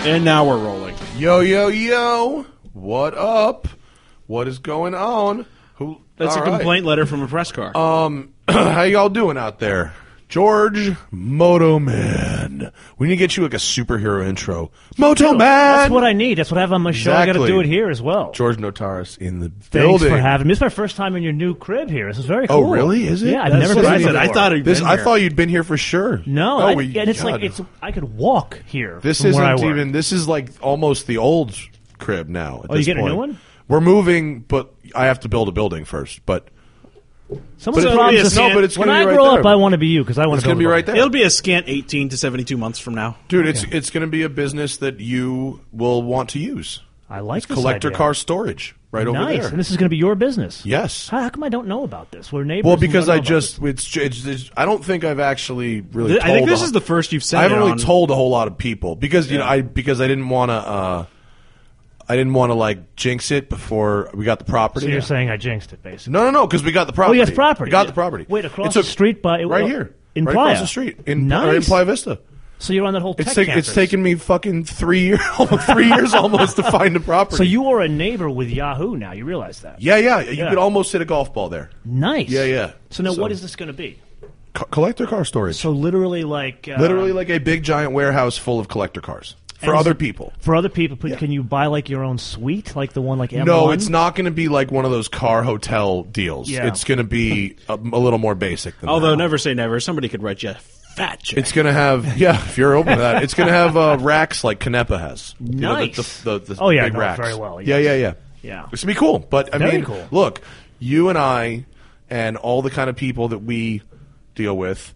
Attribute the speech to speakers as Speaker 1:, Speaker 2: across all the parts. Speaker 1: And now we're rolling.
Speaker 2: Yo, yo, yo. What up? What is going on? Who
Speaker 1: That's
Speaker 2: all
Speaker 1: a
Speaker 2: right.
Speaker 1: complaint letter from a press car.
Speaker 2: Um how y'all doing out there? George Moto Man. We need to get you like a superhero intro. Moto Man.
Speaker 3: That's what I need. That's what I have on my show. I got
Speaker 2: Exactly.
Speaker 3: to do it here as well.
Speaker 2: George Notaris in the
Speaker 3: Thanks
Speaker 2: building.
Speaker 3: for having me. This is my first time in your new crib here. This is very
Speaker 2: Oh,
Speaker 3: cool.
Speaker 2: really? Is it?
Speaker 3: Yeah, I've
Speaker 2: That's
Speaker 3: never
Speaker 2: what
Speaker 3: been
Speaker 1: I
Speaker 3: here
Speaker 1: said. I
Speaker 3: before.
Speaker 1: thought it'd
Speaker 2: this
Speaker 1: been
Speaker 2: I
Speaker 1: here.
Speaker 2: thought you'd been here for sure.
Speaker 3: No,
Speaker 2: Oh,
Speaker 3: I,
Speaker 2: we-
Speaker 3: and it's like
Speaker 2: God.
Speaker 3: it's. I could walk here.
Speaker 2: This
Speaker 3: from where I
Speaker 2: isn't
Speaker 3: work.
Speaker 2: even. This is like almost the old crib now. At
Speaker 3: Oh, you
Speaker 2: this
Speaker 3: get a new
Speaker 2: point.
Speaker 3: one?
Speaker 2: We're moving, but I have to build a building first. But
Speaker 3: Some
Speaker 2: but
Speaker 3: of the
Speaker 2: it's-
Speaker 3: problems.
Speaker 1: it's-
Speaker 3: are-
Speaker 1: no, but it's
Speaker 3: when
Speaker 2: gonna
Speaker 3: I
Speaker 2: be right
Speaker 3: grow
Speaker 2: there.
Speaker 3: up, I want to be you because I want
Speaker 2: it's
Speaker 3: to go
Speaker 2: going to be right there.
Speaker 1: It'll be a scant 18 to 72 months from now.
Speaker 2: Dude, it's it's going to be a business that you will want to use.
Speaker 3: I like
Speaker 2: It's
Speaker 3: this
Speaker 2: collector
Speaker 3: idea.
Speaker 2: car storage right over
Speaker 3: Nice,
Speaker 2: there.
Speaker 3: and this is going to be your business.
Speaker 2: yes.
Speaker 3: How, how come I don't know about this? We're neighbors.
Speaker 2: Well,
Speaker 3: and
Speaker 2: because
Speaker 3: don't
Speaker 2: I
Speaker 3: know about
Speaker 2: just it's, ju- it's, it's- I don't think I've actually really.
Speaker 1: Th- I think
Speaker 2: told
Speaker 1: this
Speaker 2: a-
Speaker 1: is the first you've said
Speaker 2: I haven't
Speaker 1: it
Speaker 2: really
Speaker 1: on-
Speaker 2: told a whole lot of people because you know I because I didn't want to. Uh, I didn't want to like jinx it before we got the
Speaker 3: this.
Speaker 2: property.
Speaker 3: So you're saying I jinxed it, basically?
Speaker 2: No, no, no, because we got the
Speaker 3: Oh,
Speaker 2: property.
Speaker 3: yes, property.
Speaker 2: We got
Speaker 3: Yeah.
Speaker 2: the property.
Speaker 3: Wait, across
Speaker 2: It's a-
Speaker 3: the street by
Speaker 2: right here,
Speaker 3: in
Speaker 2: right
Speaker 3: Playa.
Speaker 2: across the street in
Speaker 3: nice.
Speaker 2: or in Playa Vista.
Speaker 3: So you're on that whole
Speaker 2: It's
Speaker 3: tech
Speaker 2: take, it's
Speaker 3: campus.
Speaker 2: taken me fucking three years, three years almost to find a property.
Speaker 3: So you are a neighbor with Yahoo now. You realize that?
Speaker 2: yeah, yeah, you
Speaker 3: Yeah.
Speaker 2: could almost hit a golf ball there.
Speaker 3: Nice.
Speaker 2: Yeah, yeah.
Speaker 3: So now,
Speaker 2: So-
Speaker 3: what is this going to be?
Speaker 2: Co- collector car storage,
Speaker 3: So literally, like uh,
Speaker 2: literally like a big giant warehouse full of collector cars for
Speaker 3: And-
Speaker 2: other people.
Speaker 3: for other people, but can you buy like your own suite, like the one like M1?
Speaker 2: No, it's not going to be like one of those car hotel deals.
Speaker 3: Yeah.
Speaker 2: It's going to be a, a little more basic than
Speaker 1: Although,
Speaker 2: that.
Speaker 1: never say never. Somebody could write you a fat check.
Speaker 2: It's gonna have yeah. If you're open to that, it's gonna have uh, racks like Canepa has. You know, the-
Speaker 3: Nice.
Speaker 2: the, the, the
Speaker 3: Oh, yeah,
Speaker 2: big
Speaker 3: I know it
Speaker 2: racks.
Speaker 3: very well,
Speaker 2: Yeah,
Speaker 3: yes.
Speaker 2: yeah, yeah.
Speaker 3: Yeah.
Speaker 2: it's gonna be cool. But I
Speaker 3: Very
Speaker 2: mean,
Speaker 3: cool.
Speaker 2: look, you and I, and all the kind of people that we deal with,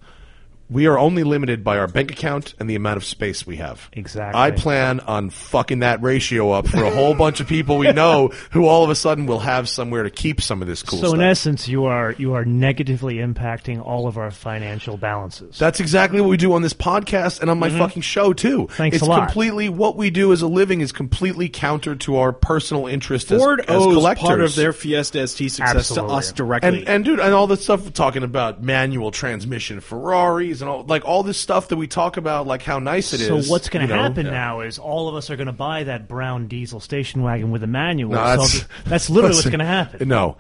Speaker 2: we are only limited by our bank account and the amount of space we have.
Speaker 3: Exactly.
Speaker 2: I plan on fucking that ratio up for a whole bunch of people we know who all of a sudden will have somewhere to keep some of this cool
Speaker 3: So
Speaker 2: stuff.
Speaker 3: in essence, you are you are negatively impacting all of our financial balances.
Speaker 2: That's exactly what we do on this podcast and on my fucking show too.
Speaker 3: Mm-hmm. Thanks
Speaker 2: it's
Speaker 3: a lot.
Speaker 2: completely what we do as a living is completely counter to our personal interest as-
Speaker 1: Ford
Speaker 2: as,
Speaker 1: owes
Speaker 2: collectors.
Speaker 1: part of their Fiesta ST success to
Speaker 3: Absolutely.
Speaker 1: us directly.
Speaker 2: and and dude, and all this stuff we're talking about manual transmission Ferraris and all like all this stuff that we talk about, like how nice it is.
Speaker 3: so what's going
Speaker 2: you
Speaker 3: to
Speaker 2: know?
Speaker 3: happen
Speaker 2: Yeah.
Speaker 3: now is all of us are going to buy that brown diesel station wagon with a manual.
Speaker 2: No,
Speaker 3: so th- that's literally what's
Speaker 2: listen,
Speaker 3: going to happen.
Speaker 2: No,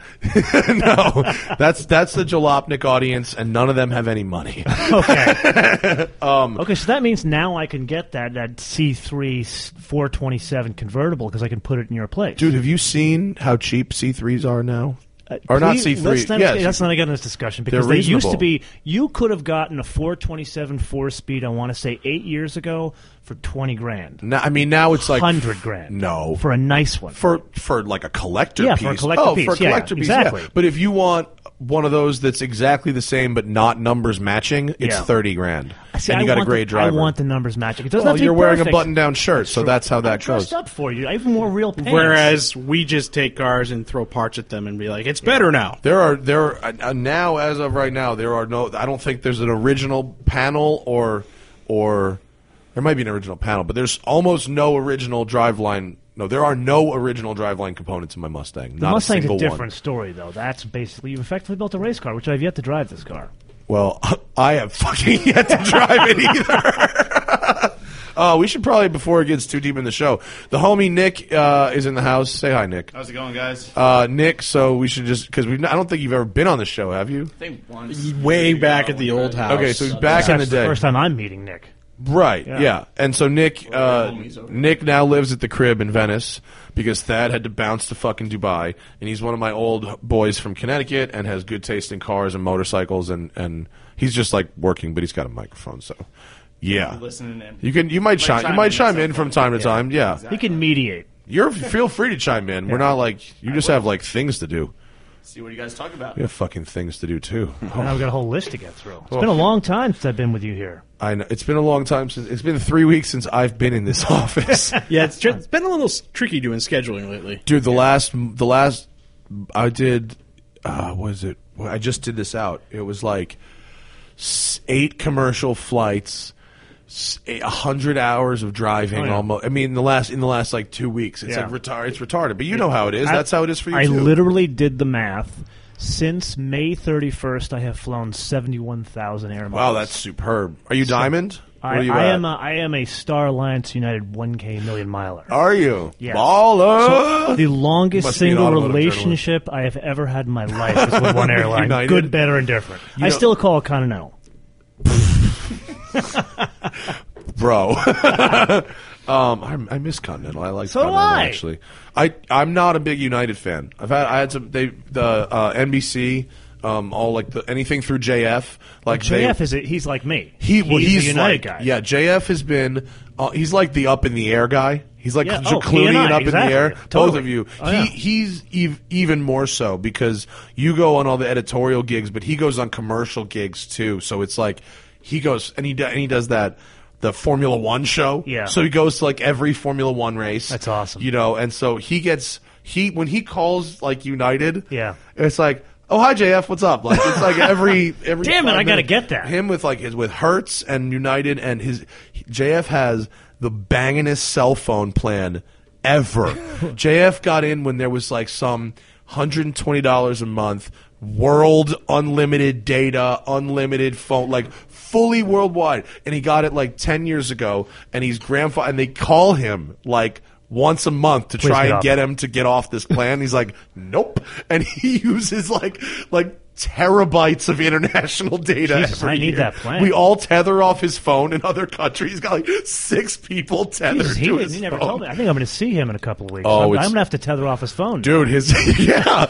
Speaker 2: no, that's that's the Jalopnik audience, and none of them have any money.
Speaker 3: Okay.
Speaker 2: Um,
Speaker 3: okay, so that means now I can get that that C3 427 convertible because I can put it in your place.
Speaker 2: Dude, have you seen how cheap C3s are now? or not
Speaker 3: Uh, Please,
Speaker 2: C3?
Speaker 3: Let's not,
Speaker 2: yeah,
Speaker 3: let's not get in this discussion because
Speaker 2: They're
Speaker 3: they used
Speaker 2: reasonable.
Speaker 3: to be. You could have gotten a 427 four speed. I want to say eight years ago for twenty grand,
Speaker 2: Now, I mean, now it's like
Speaker 3: hundred grand.
Speaker 2: No,
Speaker 3: for a nice one.
Speaker 2: for for like a collector
Speaker 3: Yeah,
Speaker 2: piece.
Speaker 3: for a collector
Speaker 2: oh,
Speaker 3: piece,
Speaker 2: for a
Speaker 3: yeah,
Speaker 2: collector piece.
Speaker 3: exactly.
Speaker 2: Yeah. But if you want one of those that's exactly the same but not numbers matching, it's
Speaker 3: Yeah.
Speaker 2: thirty grand,
Speaker 3: See,
Speaker 2: and
Speaker 3: I
Speaker 2: you got a
Speaker 3: want
Speaker 2: great
Speaker 3: the,
Speaker 2: driver.
Speaker 3: I want the numbers matching. It doesn't
Speaker 2: well,
Speaker 3: have to be
Speaker 2: you're wearing a
Speaker 3: perfect.
Speaker 2: button-down shirt, so that's how
Speaker 3: I'm
Speaker 2: that
Speaker 3: dressed
Speaker 2: goes.
Speaker 3: up for you. I even wore real pants.
Speaker 1: Whereas we just take cars and throw parts at them and be like, it's better now.
Speaker 2: There are there are, uh, now as of right now there are no. I don't think there's an original panel or or there might be an original panel, but there's almost no original driveline. No, there are no original driveline components in my Mustang.
Speaker 3: the
Speaker 2: not a
Speaker 3: Mustang's a,
Speaker 2: single
Speaker 3: different
Speaker 2: one.
Speaker 3: story, though. That's basically you've effectively built a race car, which I've yet to drive this car.
Speaker 2: Well, I have fucking yet to drive it either. Uh, we should probably before it gets too deep in the show. The homie Nick uh, is in the house. Say hi, Nick.
Speaker 4: How's it going, guys?
Speaker 2: Uh, Nick. So we should just because we. I don't think you've ever been on the show, have you?
Speaker 4: I think once.
Speaker 1: Way back at the old house.
Speaker 2: Okay, so he's back in
Speaker 3: That's
Speaker 2: the day,
Speaker 3: first time I'm meeting Nick.
Speaker 2: right? Yeah. And so Nick, uh,
Speaker 4: homies over.
Speaker 2: Nick now lives at the crib in Venice because Thad had to bounce to fucking Dubai, and he's one of my old boys from Connecticut and has good taste in cars and motorcycles, and and he's just like working, but he's got a microphone, so. Yeah,
Speaker 4: Listening in.
Speaker 2: You can you might chime you
Speaker 4: chime
Speaker 2: might
Speaker 4: in
Speaker 2: chime
Speaker 4: at
Speaker 2: in
Speaker 4: some
Speaker 2: from time to time. Yeah,
Speaker 3: He can mediate.
Speaker 2: you're feel free to chime in. We're not like you just have like things to do.
Speaker 4: See what you guys talk about.
Speaker 2: We have fucking things to do too.
Speaker 3: And I've got a whole list to get through. It's
Speaker 2: Oh.
Speaker 3: been a long time since I've been with you here.
Speaker 2: I know it's been a long time since it's been three weeks since I've been in this office,
Speaker 1: Yeah, it's, tr- it's been a little s- tricky doing scheduling lately.
Speaker 2: dude. The last, the last, I did. Uh, was it? well, I just did this out. It was like s- eight commercial flights, s- a hundred hours of driving.
Speaker 3: Oh, yeah.
Speaker 2: Almost. I mean, in the last in the last like two weeks, it's
Speaker 3: Yeah.
Speaker 2: like retarded. It's retarded, but you know how it is.
Speaker 3: I-
Speaker 2: That's how it is for you.
Speaker 3: I
Speaker 2: too.
Speaker 3: literally did the math. Since May 31st, I have flown 71,000 air miles.
Speaker 2: Wow, that's superb. Are you diamond?
Speaker 3: I,
Speaker 2: Where are you
Speaker 3: I
Speaker 2: at?
Speaker 3: am uh, a I am a Star Alliance United 1K million miler.
Speaker 2: Are you
Speaker 3: Yes.
Speaker 2: baller?
Speaker 3: So the longest
Speaker 2: Oh, Must be an
Speaker 3: single
Speaker 2: automotive
Speaker 3: relationship I have ever had in my life is with one airline.
Speaker 2: United.
Speaker 3: Good, better, and different. I
Speaker 2: know-
Speaker 3: still call it Continental.
Speaker 2: bro. um, I, I miss Continental. I like
Speaker 3: So do
Speaker 2: Continental
Speaker 3: I.
Speaker 2: actually. I I'm not a big United fan. I've had I had some they the uh, NBC. Um, all like the, anything through JF, like they-
Speaker 3: JF Oh, is it? He's like me.
Speaker 2: he well,
Speaker 3: he's,
Speaker 2: he's,
Speaker 3: a United
Speaker 2: like,
Speaker 3: guy.
Speaker 2: Yeah, JF has been. Uh, he's like the up in the air guy. He's like
Speaker 3: Yeah,
Speaker 2: Cl-
Speaker 3: oh,
Speaker 2: Clooney
Speaker 3: he
Speaker 2: and,
Speaker 3: and I,
Speaker 2: up in the
Speaker 3: exactly.
Speaker 2: air. Both
Speaker 3: Totally.
Speaker 2: of you.
Speaker 3: Oh,
Speaker 2: he
Speaker 3: yeah.
Speaker 2: he's ev- even more so because you go on all the editorial gigs, but he goes on commercial gigs too. So it's like he goes and he do, and he does that. The Formula One show,
Speaker 3: Yeah.
Speaker 2: So he goes to like every Formula One race.
Speaker 3: That's awesome.
Speaker 2: you know. And so he gets he when he calls like United,
Speaker 3: Yeah.
Speaker 2: It's like, oh hi JF, what's up? Like it's like every every.
Speaker 3: Damn it,
Speaker 2: five
Speaker 3: I gotta
Speaker 2: minutes.
Speaker 3: get that.
Speaker 2: Him him with like his with Hertz and United and his JF has the banginest cell phone plan ever. JF got in when there was like some hundred and twenty dollars a month, world unlimited data, unlimited phone, like fully worldwide. And he got it like ten years ago, and he's grandfather. And they call him like. Once a month to try
Speaker 3: get
Speaker 2: and
Speaker 3: off
Speaker 2: get
Speaker 3: it.
Speaker 2: him to get off this plan. He's like, nope, and he uses like like terabytes of international data
Speaker 3: Jesus,
Speaker 2: every
Speaker 3: I need
Speaker 2: year.
Speaker 3: that plan.
Speaker 2: We all tether off his phone in other countries. He's got like six people tethered
Speaker 3: Jesus, he,
Speaker 2: to
Speaker 3: he
Speaker 2: his
Speaker 3: never
Speaker 2: phone.
Speaker 3: told me. I think I'm going to see him in a couple of weeks.
Speaker 2: Oh,
Speaker 3: I'm, I'm
Speaker 2: it's-
Speaker 3: going to have to tether off his phone.
Speaker 2: Dude, his yeah.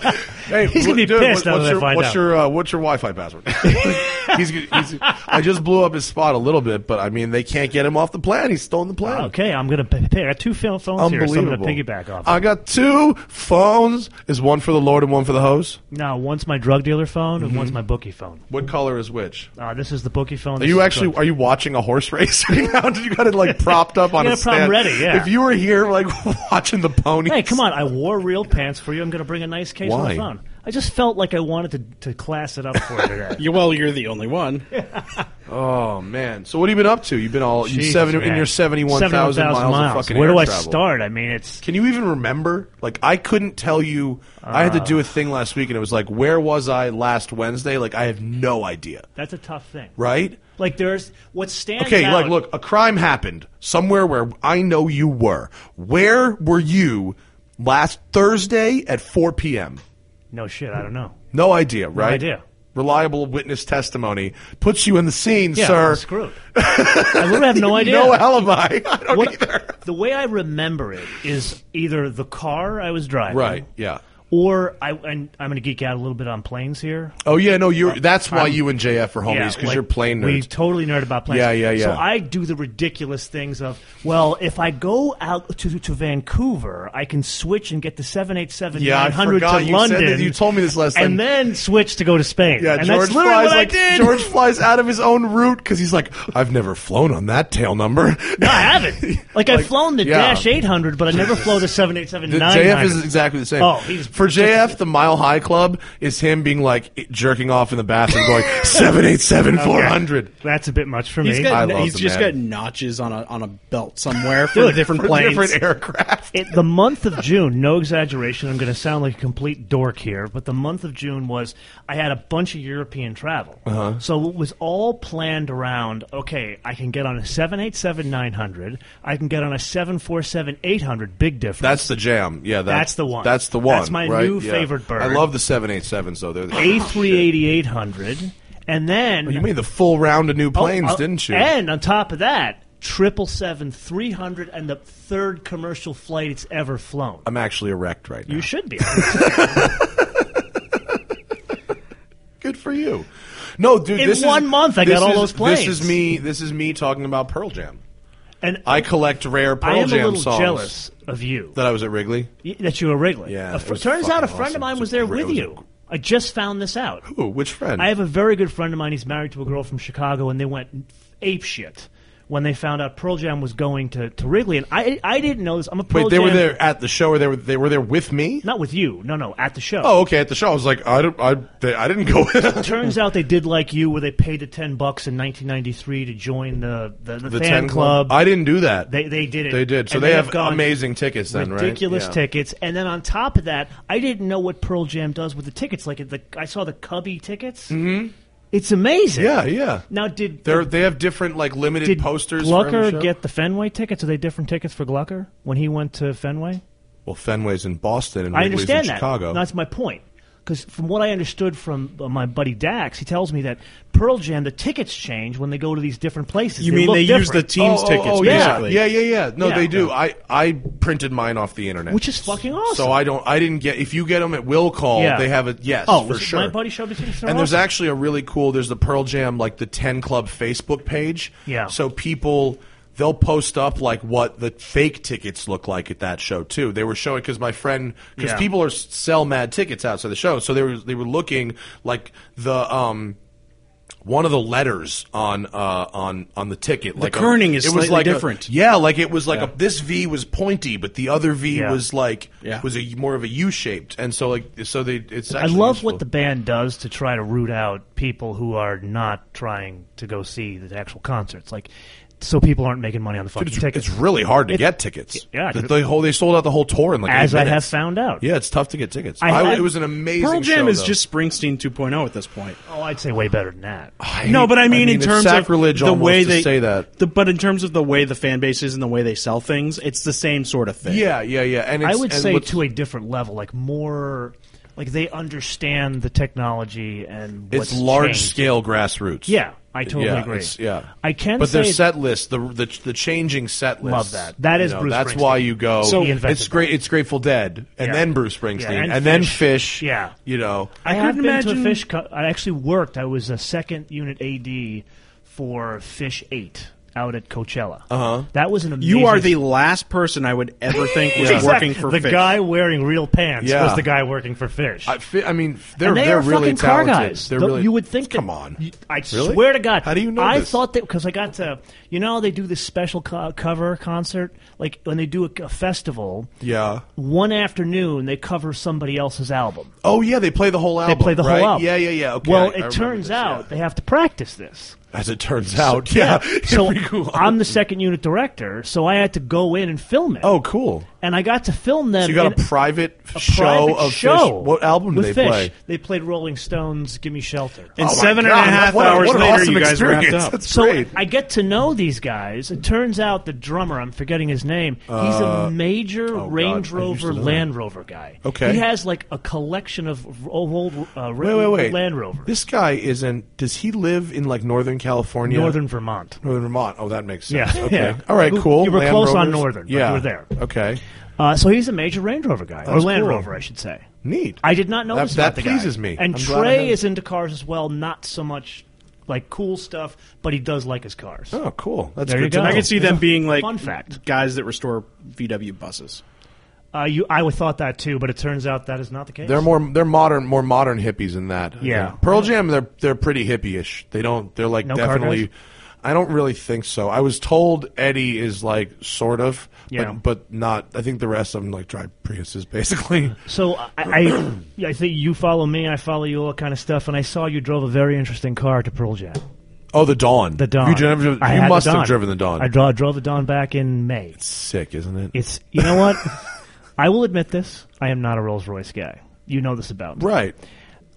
Speaker 2: Hey,
Speaker 3: He's gonna be
Speaker 2: dude,
Speaker 3: pissed now
Speaker 2: what's
Speaker 3: that I
Speaker 2: your,
Speaker 3: find
Speaker 2: what's
Speaker 3: out.
Speaker 2: your uh, what's your Wi-Fi password? he's, gonna- he's, I just blew up his spot a little bit, but I mean they can't get him off the plan. He's stolen the plan.
Speaker 3: Oh, Okay, I'm going to pay. I got two phone- phones here, so I'm going to
Speaker 2: Unbelievable.
Speaker 3: piggyback off.
Speaker 2: I got two phones. Is one for the Lord and one for the hose?
Speaker 3: now, one's my drug dealer phone, and one's my bookie phone.
Speaker 2: What color is which?
Speaker 3: Uh, this is the bookie
Speaker 2: Are
Speaker 3: phone.
Speaker 2: Mm-hmm. you actually are you watching a horse race right now? Did you got it like propped up on
Speaker 3: Yeah,
Speaker 2: a
Speaker 3: I'm
Speaker 2: stand?
Speaker 3: ready, yeah.
Speaker 2: If you were here like watching the ponies,
Speaker 3: Hey, come on! I wore real pants for you. I'm going to bring a nice case of
Speaker 2: Why?
Speaker 3: the phone. I just felt like I wanted to, to class it up for you today.
Speaker 1: You, well, you're the only one.
Speaker 2: Oh man! So what have you been up to? You've been all you
Speaker 3: Jesus,
Speaker 2: seven in
Speaker 3: man.
Speaker 2: your seventy-one thousand
Speaker 3: 71,000
Speaker 2: miles, of fucking
Speaker 3: Where
Speaker 2: air
Speaker 3: do I
Speaker 2: travel.
Speaker 3: start? I mean, it's
Speaker 2: Can you even remember? Like I couldn't tell you. I had to
Speaker 3: Ah.
Speaker 2: do a thing last week, and it was like, where was I last Wednesday? Like I have no idea.
Speaker 3: that's a tough thing,
Speaker 2: Right?
Speaker 3: Like there's what stands.
Speaker 2: Okay,
Speaker 3: out,
Speaker 2: like look, a crime happened somewhere where I know you were. Where were you last Thursday at four p.m.?
Speaker 3: No shit, I don't know.
Speaker 2: No idea, right?
Speaker 3: idea.
Speaker 2: Reliable witness testimony puts you in the scene,
Speaker 3: Yeah,
Speaker 2: sir.
Speaker 3: I'm screwed. I literally have no idea.
Speaker 2: No alibi. I don't
Speaker 3: What-
Speaker 2: either.
Speaker 3: the way I remember it is either the car I was driving,
Speaker 2: Right. Yeah.
Speaker 3: or I and I'm going to geek out a little bit on planes here.
Speaker 2: Oh yeah, no, you're. That's why you and JF are
Speaker 3: Yeah,
Speaker 2: homies because
Speaker 3: like,
Speaker 2: you're plane nerds.
Speaker 3: We totally nerd about planes.
Speaker 2: Yeah, yeah, yeah.
Speaker 3: So I do the ridiculous things of, well, if I go out to to Vancouver, I can switch and get the seven eight seven
Speaker 2: Yeah, I
Speaker 3: nine hundred to
Speaker 2: forgot. You said
Speaker 3: London.
Speaker 2: that. You told me this last time.
Speaker 3: and then switch to go to Spain.
Speaker 2: yeah,
Speaker 3: and
Speaker 2: George
Speaker 3: that's literally
Speaker 2: flies
Speaker 3: what
Speaker 2: like
Speaker 3: I did.
Speaker 2: George flies out of his own route because he's like, I've never flown on that tail number.
Speaker 3: No, I haven't. Like, I've flown the
Speaker 2: yeah.
Speaker 3: Dash 800, but I never flew the 787
Speaker 2: The JF is exactly the same.
Speaker 3: Oh, he's-
Speaker 2: for JF, the Mile High Club is him being like jerking off in the bathroom, going seven eight seven four hundred.
Speaker 3: That's a bit much for
Speaker 1: He's
Speaker 3: me.
Speaker 1: got,
Speaker 2: I love
Speaker 1: he's
Speaker 2: the
Speaker 1: just
Speaker 2: man.
Speaker 1: got notches on a on a belt somewhere for the different planes.
Speaker 2: different aircraft.
Speaker 3: it, the month of June, no exaggeration, I'm going to sound like a complete dork here, but the month of June was I had a bunch of European travel. Uh-huh. So it was all planned around okay, I can get on a 787 900, I can get on a 747 800, big difference.
Speaker 2: That's the jam. Yeah, that's,
Speaker 3: That's the one.
Speaker 2: That's the one.
Speaker 3: That's my
Speaker 2: right?
Speaker 3: new
Speaker 2: Yeah.
Speaker 3: favorite bird.
Speaker 2: I love the seven eight seven. So they're the Oh,
Speaker 3: A380 800, and then.
Speaker 2: You made the full round of new planes,
Speaker 3: Oh, uh,
Speaker 2: didn't you?
Speaker 3: And on top of that, triple seven three hundred and the third commercial flight it's ever flown.
Speaker 2: I'm actually erect right now.
Speaker 3: You should be.
Speaker 2: Good for you. No, dude.
Speaker 3: In
Speaker 2: this is-
Speaker 3: one month, I
Speaker 2: this
Speaker 3: got all
Speaker 2: is-
Speaker 3: those planes.
Speaker 2: This is me. This is me talking about Pearl Jam.
Speaker 3: and
Speaker 2: I collect rare Pearl
Speaker 3: I am a
Speaker 2: Jam
Speaker 3: little
Speaker 2: songs.
Speaker 3: jealous of you
Speaker 2: that I was at Wrigley.
Speaker 3: y- that you were Wrigley.
Speaker 2: Yeah,
Speaker 3: A
Speaker 2: it
Speaker 3: fr-
Speaker 2: was
Speaker 3: turns out a
Speaker 2: fucking
Speaker 3: friend of
Speaker 2: awesome.
Speaker 3: mine
Speaker 2: It
Speaker 3: was
Speaker 2: was
Speaker 3: there
Speaker 2: great- it
Speaker 3: with
Speaker 2: was a
Speaker 3: you.
Speaker 2: gr-
Speaker 3: I just found this out.
Speaker 2: Ooh, which friend?
Speaker 3: I have a very good friend of mine. He's married to a girl from Chicago, and they went ape shit when they found out Pearl Jam was going to, to Wrigley. And I I didn't know this. I'm a Pearl
Speaker 2: Wait, they
Speaker 3: Jam.
Speaker 2: were there at the show, or they were they were there with me?
Speaker 3: Not with you. No, no, at the show.
Speaker 2: Oh, okay, at the show. I was like, I don't, I, they, I didn't go.
Speaker 3: Turns out they did like you, where they paid the ten bucks in 1993 to join the the, the,
Speaker 2: the
Speaker 3: fan
Speaker 2: 10 club.
Speaker 3: club.
Speaker 2: I didn't do that.
Speaker 3: They they did it.
Speaker 2: They did. So
Speaker 3: And
Speaker 2: they, have,
Speaker 3: gone
Speaker 2: amazing tickets then, right?
Speaker 3: ridiculous
Speaker 2: Yeah.
Speaker 3: tickets. And then on top of that, I didn't know what Pearl Jam does with the tickets. Like the, I saw the Cubby tickets. Mm-hmm. It's amazing.
Speaker 2: Yeah, yeah.
Speaker 3: Now did
Speaker 2: They're, they have different like limited
Speaker 3: did
Speaker 2: posters. for every
Speaker 3: Glucker
Speaker 2: show.
Speaker 3: get the Fenway tickets? Are they different tickets for Glucker when he went to Fenway?
Speaker 2: well, Fenway's in Boston and
Speaker 3: I
Speaker 2: Wrigley's
Speaker 3: understand
Speaker 2: in
Speaker 3: that.
Speaker 2: Chicago.
Speaker 3: That's my point. Because from what I understood from uh, my buddy Dax, he tells me that Pearl Jam the tickets change when they go to these different places.
Speaker 1: You mean
Speaker 3: look
Speaker 1: they use the
Speaker 3: different,
Speaker 1: team's
Speaker 2: oh, oh,
Speaker 1: tickets,
Speaker 2: oh, yeah,
Speaker 1: basically.
Speaker 2: yeah, yeah, yeah. No,
Speaker 3: Yeah.
Speaker 2: they do. I I printed mine off the internet,
Speaker 3: which is fucking awesome.
Speaker 2: so I don't. I didn't get. If you get them at will call,
Speaker 3: Yeah.
Speaker 2: they have a yes
Speaker 3: oh
Speaker 2: for
Speaker 3: was it-
Speaker 2: sure.
Speaker 3: My buddy showed me tickets. They're
Speaker 2: and there's
Speaker 3: awesome.
Speaker 2: actually a really cool there's the pearl jam like the 10 club facebook page
Speaker 3: Yeah.
Speaker 2: so people they'll post up like what the fake tickets look like at that show too they were showing because my friend because
Speaker 3: Yeah.
Speaker 2: people are sell mad tickets outside the show so they were they were looking like the um one of the letters on uh, on on the ticket, like a-
Speaker 1: kerning is
Speaker 2: it was
Speaker 1: slightly
Speaker 2: like a-
Speaker 1: different.
Speaker 2: yeah, like it was like a, this V was pointy, but the other V
Speaker 3: Yeah.
Speaker 2: was like
Speaker 1: Yeah.
Speaker 2: was a more of a U shaped, and so like so they it's.
Speaker 3: I
Speaker 2: Actually
Speaker 3: love
Speaker 2: useful.
Speaker 3: what the band does to try to root out people who are not trying to go see the actual concerts, like so people aren't making money on the fucking
Speaker 2: It's,
Speaker 3: tickets.
Speaker 2: it's really hard to get tickets.
Speaker 3: yeah, I
Speaker 2: The-
Speaker 3: could-
Speaker 2: the whole- they sold out the whole tour in like
Speaker 3: as
Speaker 2: eight
Speaker 3: I have
Speaker 2: minutes.
Speaker 3: found out.
Speaker 2: Yeah, it's tough to get tickets.
Speaker 3: I
Speaker 2: I
Speaker 3: had-
Speaker 2: it was an amazing.
Speaker 1: Pearl Jam
Speaker 2: show,
Speaker 1: is
Speaker 2: though.
Speaker 1: just Springsteen 2.0 at this point.
Speaker 3: Oh, I'd say way better than that.
Speaker 2: I
Speaker 1: No,
Speaker 2: hate-
Speaker 1: but I mean, in
Speaker 2: it's
Speaker 1: terms
Speaker 2: sacrilege
Speaker 1: of the
Speaker 2: almost
Speaker 1: way
Speaker 2: to
Speaker 1: they
Speaker 2: say that.
Speaker 1: the- but in terms of the way the fan base is and the way they sell things, it's the same sort of thing.
Speaker 2: Yeah, yeah, yeah. And
Speaker 3: I
Speaker 2: it's,
Speaker 3: would
Speaker 2: and
Speaker 3: say
Speaker 2: what's-
Speaker 3: to a different level, like more, like they understand the technology and what's
Speaker 2: it's large
Speaker 3: changed.
Speaker 2: scale grassroots.
Speaker 3: Yeah, I totally
Speaker 2: yeah,
Speaker 3: agree.
Speaker 2: it's- yeah.
Speaker 3: I can
Speaker 2: But
Speaker 3: say
Speaker 2: their set list, the the, the changing set list.
Speaker 3: Love that. That is
Speaker 2: you know,
Speaker 3: Bruce
Speaker 2: That's
Speaker 3: Springsteen.
Speaker 2: why you go.
Speaker 3: So- He invented
Speaker 2: it's great.
Speaker 3: that.
Speaker 2: It's Grateful Dead, and
Speaker 3: Yeah.
Speaker 2: then Bruce Springsteen,
Speaker 3: Yeah, and
Speaker 2: then
Speaker 3: Fish.
Speaker 2: Fish.
Speaker 3: Yeah.
Speaker 2: you know.
Speaker 3: I have been
Speaker 1: couldn't
Speaker 3: to a
Speaker 1: imagine-
Speaker 3: fish. Co- I actually worked. I was a second unit AD for Fish Eight out at Coachella. Uh
Speaker 2: Uh-huh.
Speaker 3: huh. That was an amazing.
Speaker 1: You are the last person I would ever think was
Speaker 3: Exactly.
Speaker 1: working for
Speaker 3: the
Speaker 1: Fish.
Speaker 3: guy wearing real pants
Speaker 2: Yeah.
Speaker 3: was the guy working for Fish.
Speaker 2: I, fi- I mean, they're
Speaker 3: and they
Speaker 2: they're
Speaker 3: are
Speaker 2: really
Speaker 3: fucking car
Speaker 2: talented.
Speaker 3: guys.
Speaker 2: They're
Speaker 3: Though
Speaker 2: really
Speaker 3: you would think. That,
Speaker 2: Come on.
Speaker 3: you- I
Speaker 2: Really?
Speaker 3: swear to God.
Speaker 2: How do you know
Speaker 3: I
Speaker 2: this?
Speaker 3: thought that because I got to, you know, they do this special co- cover concert, like when they do a, a festival.
Speaker 2: Yeah.
Speaker 3: One afternoon, they cover somebody else's album.
Speaker 2: Oh yeah, they play the whole album.
Speaker 3: They play the
Speaker 2: right?
Speaker 3: whole album.
Speaker 2: Yeah, yeah, yeah. Okay. I- I
Speaker 3: Well, it
Speaker 2: remember
Speaker 3: turns
Speaker 2: this,
Speaker 3: out
Speaker 2: yeah.
Speaker 3: they have to practice this.
Speaker 2: as it turns out, yeah.
Speaker 3: So
Speaker 2: Every cool-
Speaker 3: I'm the second unit director, so I had to go in and film it.
Speaker 2: oh, cool.
Speaker 3: and I got to film them.
Speaker 2: So you got a
Speaker 3: in
Speaker 2: private
Speaker 3: a
Speaker 2: show
Speaker 3: private
Speaker 2: of
Speaker 3: show
Speaker 2: Fish. What album did
Speaker 3: with
Speaker 2: they
Speaker 3: Fish.
Speaker 2: play?
Speaker 3: They played Rolling Stones' "Give Me Shelter."
Speaker 1: and
Speaker 2: Oh my
Speaker 1: seven and a
Speaker 2: God,
Speaker 1: half
Speaker 2: what a-
Speaker 1: hours
Speaker 2: what an
Speaker 1: later,
Speaker 2: awesome
Speaker 1: you guys
Speaker 2: experience.
Speaker 1: wrapped up.
Speaker 2: That's
Speaker 3: So
Speaker 2: great.
Speaker 3: I get to know these guys. It turns out the drummer, I'm forgetting his name, he's a major
Speaker 2: Uh, oh, God, I used
Speaker 3: Range
Speaker 2: to
Speaker 3: Rover
Speaker 2: know that.
Speaker 3: Land Rover guy.
Speaker 2: Okay.
Speaker 3: He has like a collection of r- old uh,
Speaker 2: wait, wait, wait.
Speaker 3: Land Rovers.
Speaker 2: This guy isn't. Does he live in like Northern California?
Speaker 3: Northern Vermont.
Speaker 2: Northern Vermont. Oh, that makes sense.
Speaker 3: Yeah.
Speaker 2: Okay.
Speaker 3: Yeah.
Speaker 2: All right.
Speaker 3: You-
Speaker 2: Cool.
Speaker 3: you were
Speaker 2: Land
Speaker 3: close on
Speaker 2: Rovers.
Speaker 3: Northern, but you
Speaker 2: Yeah.
Speaker 3: were there.
Speaker 2: Okay.
Speaker 3: Uh, so he's a major Range Rover guy, or
Speaker 2: That's
Speaker 3: Land
Speaker 2: cool.
Speaker 3: Rover, I should say.
Speaker 2: Neat.
Speaker 3: I did not know
Speaker 2: That-
Speaker 3: this about
Speaker 2: that
Speaker 3: the
Speaker 2: pleases
Speaker 3: guy.
Speaker 2: me.
Speaker 3: And
Speaker 2: I'm glad I
Speaker 3: Trey
Speaker 2: had-
Speaker 3: is into cars as well, not so much like cool stuff, but he does like his cars.
Speaker 2: Oh, cool. That's
Speaker 3: There you
Speaker 2: good. to
Speaker 3: go.
Speaker 2: know.
Speaker 1: I could see
Speaker 3: It's a
Speaker 1: them being like
Speaker 3: fun fact.
Speaker 1: guys that restore VW buses.
Speaker 3: Uh, you, I would thought that too, but it turns out that is not the case.
Speaker 2: They're more they're modern more modern hippies than that. I
Speaker 3: Yeah.
Speaker 2: think. Pearl Jam they're they're pretty hippie-ish. They don't they're like
Speaker 3: No car
Speaker 2: definitely
Speaker 3: guys?
Speaker 2: I don't really think so. I was told Eddie is like sort of
Speaker 3: Yeah.
Speaker 2: but but not I think the rest of them like drive Priuses basically.
Speaker 3: So I, I, yeah, I think you follow me, I follow you, all that kind of stuff, and I saw you drove a very interesting car to Pearl Jam,
Speaker 2: Oh, the Dawn.
Speaker 3: the Dawn.
Speaker 2: You, drive- you
Speaker 3: I had the
Speaker 2: must
Speaker 3: Dawn.
Speaker 2: have driven the Dawn.
Speaker 3: I draw, drove the Dawn back in May.
Speaker 2: Sick, isn't it?
Speaker 3: It's you know what? I will admit this: I am not a Rolls Royce guy. You know this about me.
Speaker 2: right.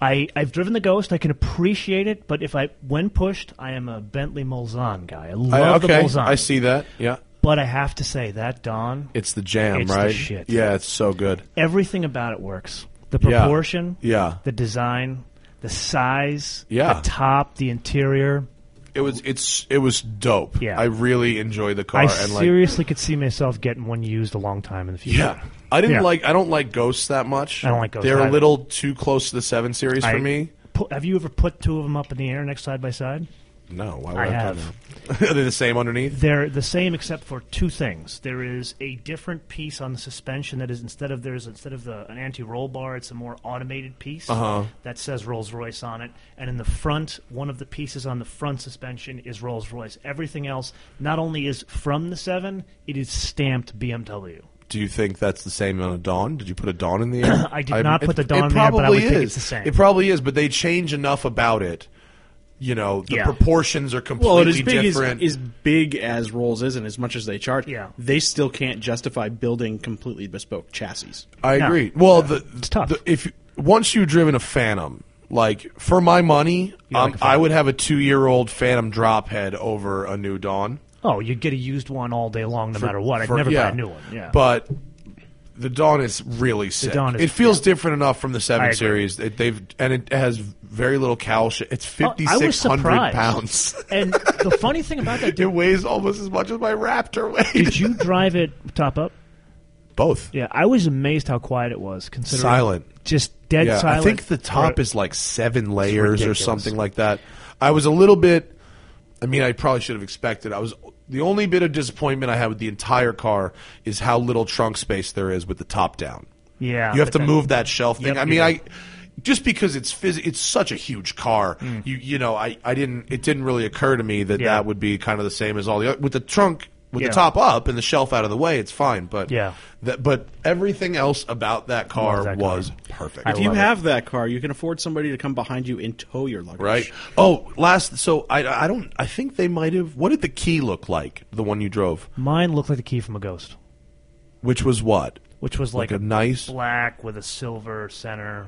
Speaker 3: I, I've driven the Ghost. I can appreciate it, but if I, when pushed, I am a Bentley Mulsanne guy. I love
Speaker 2: I,
Speaker 3: the
Speaker 2: okay.
Speaker 3: Mulsanne.
Speaker 2: I see that. Yeah.
Speaker 3: But I have to say that Dawn,
Speaker 2: It's the jam,
Speaker 3: It's the
Speaker 2: right?
Speaker 3: shit.
Speaker 2: Yeah, it's so good.
Speaker 3: everything about it works. The
Speaker 2: Yeah.
Speaker 3: proportion,
Speaker 2: Yeah.
Speaker 3: the design, the size,
Speaker 2: Yeah.
Speaker 3: the top, the interior.
Speaker 2: It was it's it was dope.
Speaker 3: Yeah.
Speaker 2: I really enjoyed the car
Speaker 3: I
Speaker 2: and like
Speaker 3: seriously could see myself getting one used a long time in the future.
Speaker 2: Yeah. I didn't
Speaker 3: Yeah.
Speaker 2: like. I don't like ghosts that much.
Speaker 3: I don't like Ghost
Speaker 2: They're
Speaker 3: either.
Speaker 2: a little too close to the Seven series
Speaker 3: I-
Speaker 2: for me.
Speaker 3: Pu- have you ever put two of them up in the air next side by side?
Speaker 2: No, why would
Speaker 3: I
Speaker 2: I,
Speaker 3: have.
Speaker 2: put it? Are they the same underneath?
Speaker 3: They're the same except for two things. There is a different piece on the suspension that is instead of there's instead of the, an anti-roll bar, it's a more automated piece
Speaker 2: Uh-huh.
Speaker 3: that says Rolls Royce on it. And in the front, one of the pieces on the front suspension is Rolls Royce. Everything else not only is from the seven, it is stamped BMW.
Speaker 2: Do you think that's the same on a Dawn? Did you put a Dawn in the air?
Speaker 3: I did not put the Dawn there, but I
Speaker 2: probably
Speaker 3: would think
Speaker 2: is.
Speaker 3: it's the same.
Speaker 2: It probably is, but they change enough about it. You know, the
Speaker 3: Yeah.
Speaker 2: proportions are completely
Speaker 1: Well, and as big as,
Speaker 2: different.
Speaker 1: as big as Rolls is, and as much as they charge,
Speaker 3: Yeah.
Speaker 1: they still can't justify building completely bespoke chassis.
Speaker 2: I
Speaker 3: No.
Speaker 2: agree. Well, the,
Speaker 3: It's tough.
Speaker 2: the- if once you've driven a Phantom, like for my money,
Speaker 3: You
Speaker 2: um,
Speaker 3: like a Phantom.
Speaker 2: I would have a two-year-old Phantom drophead over a new Dawn.
Speaker 3: Oh, you'd get a used one all day long, no matter what. I'd
Speaker 2: For-
Speaker 3: never
Speaker 2: yeah.
Speaker 3: buy a new one. Yeah,
Speaker 2: But the Dawn is really sick.
Speaker 3: Dawn is-
Speaker 2: it feels different enough from the
Speaker 3: I
Speaker 2: Seven
Speaker 3: agree.
Speaker 2: Series. It, they've and it has very little cow shit. It's
Speaker 3: Oh,
Speaker 2: fifty
Speaker 3: I was
Speaker 2: six hundred
Speaker 3: surprised.
Speaker 2: pounds.
Speaker 3: and the funny thing about that,
Speaker 2: it
Speaker 3: dude,
Speaker 2: weighs almost as much as my Raptor weighs.
Speaker 3: did you drive it top up?
Speaker 2: Both.
Speaker 3: Yeah, I was amazed how quiet it was. Considering
Speaker 2: Silent.
Speaker 3: just dead
Speaker 2: yeah,
Speaker 3: silent.
Speaker 2: I think the top
Speaker 3: Or-
Speaker 2: is like seven layers or
Speaker 3: ridiculous.
Speaker 2: something like that. I was a little bit. I mean, I probably should have expected. I was the only bit of disappointment I had with the entire car is how little trunk space there is with the top down.
Speaker 3: Yeah,
Speaker 2: you have
Speaker 3: but
Speaker 2: to
Speaker 3: that-
Speaker 2: move that shelf thing.
Speaker 3: Yep,
Speaker 2: I
Speaker 3: you
Speaker 2: mean,
Speaker 3: do.
Speaker 2: I just because it's phys- it's such a huge car. You you know, I, I didn't it didn't really occur to me that
Speaker 3: Mm. Yeah.
Speaker 2: that would be kind of the same as all the other with the trunk with
Speaker 3: Yeah.
Speaker 2: the top up and the shelf out of the way. It's fine, but
Speaker 3: Yeah.
Speaker 2: that, but everything else about that car
Speaker 3: that car.
Speaker 2: was perfect.
Speaker 3: I
Speaker 1: If you
Speaker 3: love it.
Speaker 1: have that car, you can afford somebody to come behind you and tow your luggage.
Speaker 2: Right. Oh, last. So I, I don't. I think they might have. What did the key look like? The one you drove,
Speaker 3: Mine looked like the key from a ghost,
Speaker 2: which was what?
Speaker 3: which was like,
Speaker 2: Like a nice-
Speaker 3: black with a silver center.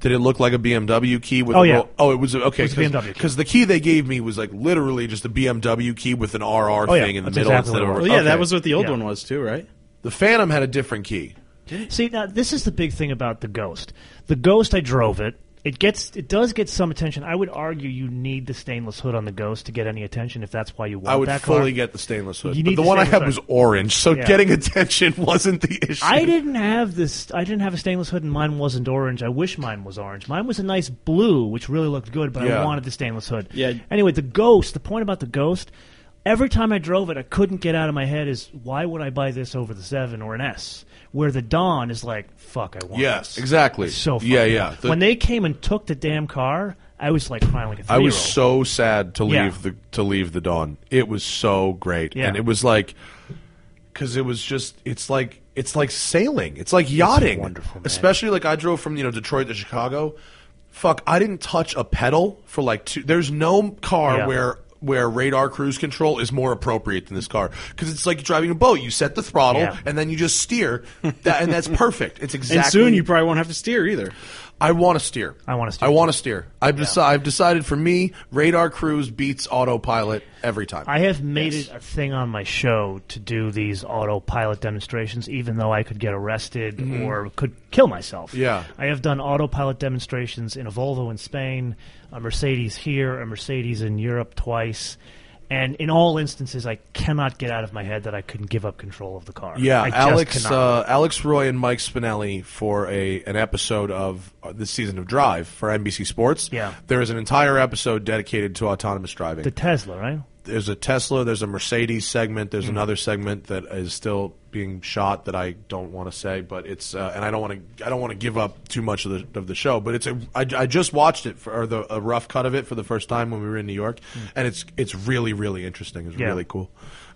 Speaker 2: Did it look like a BMW key? With
Speaker 3: Oh,
Speaker 2: a
Speaker 3: yeah.
Speaker 2: roll- oh, it was okay.
Speaker 3: It was a BMW key.
Speaker 2: Because the key they gave me was like literally just a BMW key with an RR
Speaker 3: Oh, yeah.
Speaker 2: thing in the
Speaker 3: That's
Speaker 2: middle
Speaker 3: exactly
Speaker 2: instead
Speaker 3: what
Speaker 2: of.
Speaker 3: it
Speaker 2: a-
Speaker 1: Well, yeah,
Speaker 2: okay.
Speaker 1: that was what the old
Speaker 3: Yeah.
Speaker 1: one was too, right?
Speaker 2: the Phantom had a different key.
Speaker 3: See, now this is the big thing about the ghost. The ghost, I drove it. It gets, it does get some attention. I would argue you need the stainless hood on the ghost to get any attention. If that's why you want
Speaker 2: I would
Speaker 3: that
Speaker 2: fully
Speaker 3: car.
Speaker 2: get the stainless hood.
Speaker 3: You
Speaker 2: But
Speaker 3: need
Speaker 2: the
Speaker 3: the
Speaker 2: one I had
Speaker 3: stainless
Speaker 2: was
Speaker 3: hood.
Speaker 2: orange, so
Speaker 3: Yeah.
Speaker 2: getting attention wasn't the issue.
Speaker 3: I didn't have this. I didn't have a stainless hood, and mine wasn't orange. I wish mine was orange. Mine was a nice blue, which really looked good, but
Speaker 2: Yeah.
Speaker 3: I wanted the stainless hood.
Speaker 1: Yeah.
Speaker 3: Anyway, the ghost. The point about the ghost. Every time I drove it, I couldn't get out of my head is why would I buy this over the seven or an S? Where the Dawn is like, fuck, I want.
Speaker 2: Yes,
Speaker 3: this.
Speaker 2: exactly.
Speaker 3: It's so fun.
Speaker 2: Yeah, yeah. The-
Speaker 3: when they came and took the damn car, I was like crying like a
Speaker 2: I
Speaker 3: three-year-old.
Speaker 2: was so sad to leave
Speaker 3: Yeah.
Speaker 2: the to leave the dawn. It was so great,
Speaker 3: Yeah.
Speaker 2: and it was like because it was just it's like it's like sailing, it's like yachting,
Speaker 3: wonderful, man.
Speaker 2: especially like I drove from you know Detroit to Chicago. Fuck, I didn't touch a pedal for like two. There's no car
Speaker 3: Yeah.
Speaker 2: where where radar cruise control is more appropriate than this car because it's like driving a boat. You set the throttle
Speaker 3: Yeah.
Speaker 2: and then you just steer, that, and that's perfect. It's exactly.
Speaker 1: And soon you probably won't have to steer either.
Speaker 2: I want to steer.
Speaker 3: I wanna steer,
Speaker 2: I
Speaker 3: too.
Speaker 2: want to steer. I've, deci- I've decided for me, radar cruise beats autopilot every time.
Speaker 3: I have made it a thing on my show to do these autopilot demonstrations, even though I could get arrested or could kill myself.
Speaker 2: Mm-hmm. Yeah.
Speaker 3: I have done autopilot demonstrations in a Volvo in Spain, a Mercedes here, a Mercedes in Europe twice. And in all instances, I cannot get out of my head that I couldn't give up control of the car.
Speaker 2: yeah,
Speaker 3: I just
Speaker 2: Alex,
Speaker 3: cannot.
Speaker 2: uh, Alex Roy and Mike Spinelli for a an episode of uh, this season of Drive for NBC Sports.
Speaker 3: Yeah.
Speaker 2: there is an entire episode dedicated to autonomous driving.
Speaker 3: the Tesla, right?
Speaker 2: there's a Tesla, there's a Mercedes segment, there's
Speaker 3: Mm-hmm.
Speaker 2: another segment that is still being shot that I don't want to say, but it's uh, and I don't want to I don't want to give up too much of the of the show, but it's a I, I just watched it for or the a rough cut of it for the first time when we were in New York, and it's it's really really interesting. It's
Speaker 3: Mm. Yeah.
Speaker 2: really cool,